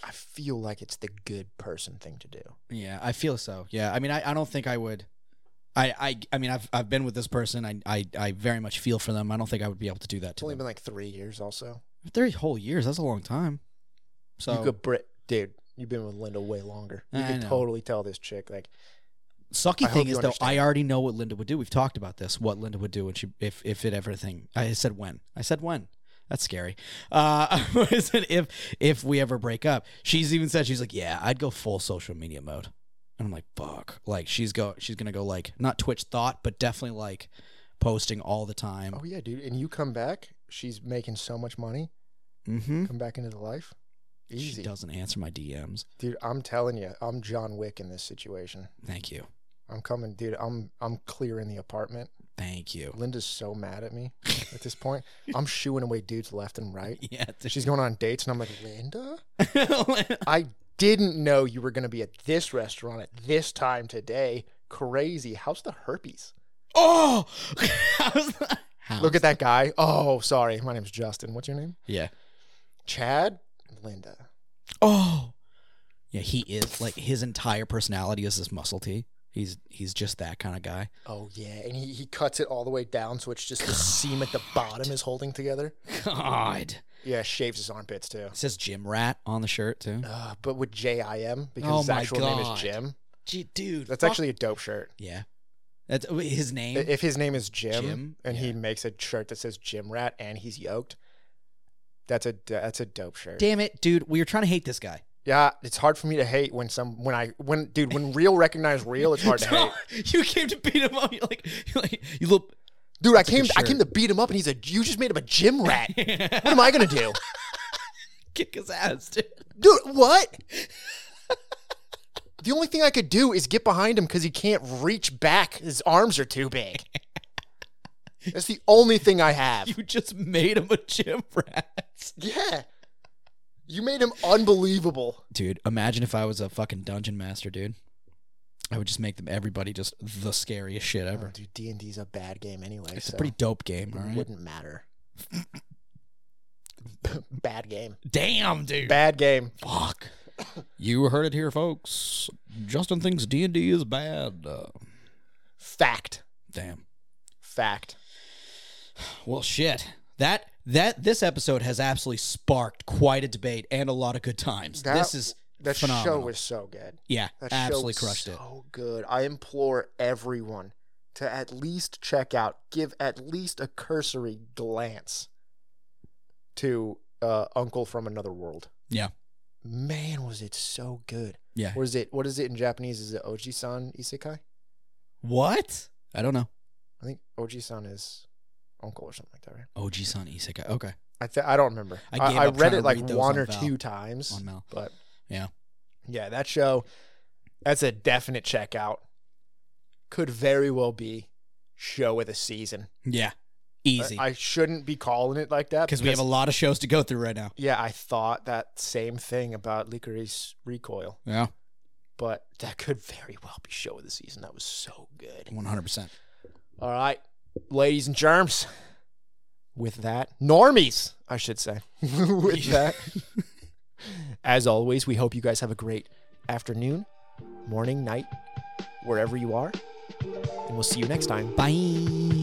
S1: I feel like it's the good person thing to do.
S2: Yeah, I feel so. Yeah, I mean, I, I don't think I would. I, I, I mean, I've, I've been with this person. I, I, I very much feel for them. I don't think I would be able to do that
S1: It's
S2: to
S1: only
S2: them.
S1: been like three years, also.
S2: Three whole years. That's a long time. So
S1: you could, Brit, dude. You've been with Linda way longer. You
S2: I
S1: could
S2: know.
S1: totally tell this chick like
S2: sucky
S1: I hope
S2: thing
S1: you
S2: is though,
S1: understand.
S2: I already know what Linda would do. We've talked about this. What Linda would do when she, if, if it ever thing. I said when. I said when. That's scary. Uh, I said if, if we ever break up, she's even said she's like, yeah, I'd go full social media mode. And I'm like, fuck. Like she's go, she's gonna go like not Twitch thought, but definitely like posting all the time.
S1: Oh yeah, dude. And you come back, she's making so much money.
S2: Mm-hmm.
S1: Come back into the life.
S2: She
S1: Easy.
S2: doesn't answer my DMs.
S1: Dude, I'm telling you, I'm John Wick in this situation.
S2: Thank you.
S1: I'm coming, dude. I'm I'm clearing the apartment.
S2: Thank you.
S1: Linda's so mad at me at this point. I'm shooing away dudes left and right.
S2: Yeah. dude.
S1: She's going on dates and I'm like, "Linda, I didn't know you were going to be at this restaurant at this time today. Crazy. How's the herpes?"
S2: oh. I was like-
S1: Look at that guy. Oh, sorry. My name's Justin. What's your name?
S2: Yeah.
S1: Chad? Linda.
S2: Oh. Yeah, he is like his entire personality is this muscle tee. He's he's just that kind of guy.
S1: Oh yeah, and he, he cuts it all the way down, so it's just the seam at the bottom is holding together.
S2: God.
S1: Yeah, shaves his armpits too.
S2: It says gym rat on the shirt too.
S1: Uh, but with J I M because
S2: Oh
S1: his
S2: my
S1: actual name
S2: God.
S1: is Jim.
S2: Gee, dude.
S1: That's
S2: fuck-
S1: actually a dope shirt.
S2: Yeah. That's uh, his name.
S1: I- If his name is Jim,
S2: Jim?
S1: and he
S2: Yeah.
S1: makes a shirt that says Jim Rat and he's yoked, that's a that's a dope shirt.
S2: Damn it, dude. We were trying to hate this guy.
S1: Yeah, it's hard for me to hate when some when I when dude when real recognize real, it's hard to hate.
S2: you came to beat him up. You're like, you're like you look
S1: Dude, I
S2: a good
S1: came I came to
S2: shirt.
S1: beat him up and he's a you just made him a Jim Rat. what am I gonna do,
S2: kick his ass, dude.
S1: dude? What? The only thing I could do is get behind him because he can't reach back. His arms are too big. That's the only thing I have.
S2: You just made him a gym rat.
S1: Yeah. You made him unbelievable.
S2: Dude, imagine if I was a fucking dungeon master, dude. I would just make them everybody just the scariest shit
S1: Oh,
S2: ever.
S1: dude, D and D's a bad game anyway.
S2: It's
S1: so
S2: a pretty dope game,
S1: it
S2: all right?
S1: wouldn't matter. bad game.
S2: Damn, dude.
S1: Bad game.
S2: Fuck. You heard it here, folks. Justin thinks D and D is bad. Uh,
S1: Fact.
S2: damn.
S1: Fact.
S2: Well, shit. That that this episode has absolutely sparked quite a debate and a lot of good times.
S1: That-
S2: this is
S1: That
S2: phenomenal.
S1: show was so good.
S2: yeah,
S1: That
S2: absolutely
S1: show
S2: crushed
S1: so
S2: it.
S1: good. I implore everyone to at least check out, give at least a cursory glance to uh, Uncle from Another World.
S2: Yeah.
S1: Man, was it so good.
S2: Yeah.
S1: What is it? What is it in Japanese? Is it Oji-san isekai?
S2: What? I don't know.
S1: I think Oji-san is uncle or something like that, right?
S2: OG San Isekai. Okay.
S1: I th- I don't remember.
S2: I
S1: I,
S2: gave
S1: I,
S2: up trying
S1: read
S2: to
S1: it like
S2: read those
S1: one
S2: on
S1: or
S2: Val-
S1: two times,
S2: On Mel.
S1: but
S2: Yeah.
S1: yeah, that show. That's a definite checkout. Could very well be show with a season. I-
S2: Yeah. Easy.
S1: I, shouldn't be calling it like that
S2: Because we have a lot of shows to go through right now.
S1: yeah. I thought that same thing about Licorice Recoil,
S2: Yeah.
S1: but that could very well be show with a season. That was so good.
S2: One hundred percent.
S1: All right, ladies and germs. With that, normies, I should say. With that, as always, we hope you guys have a great afternoon, morning, night, wherever you are, and we'll see you next time.
S2: Bye.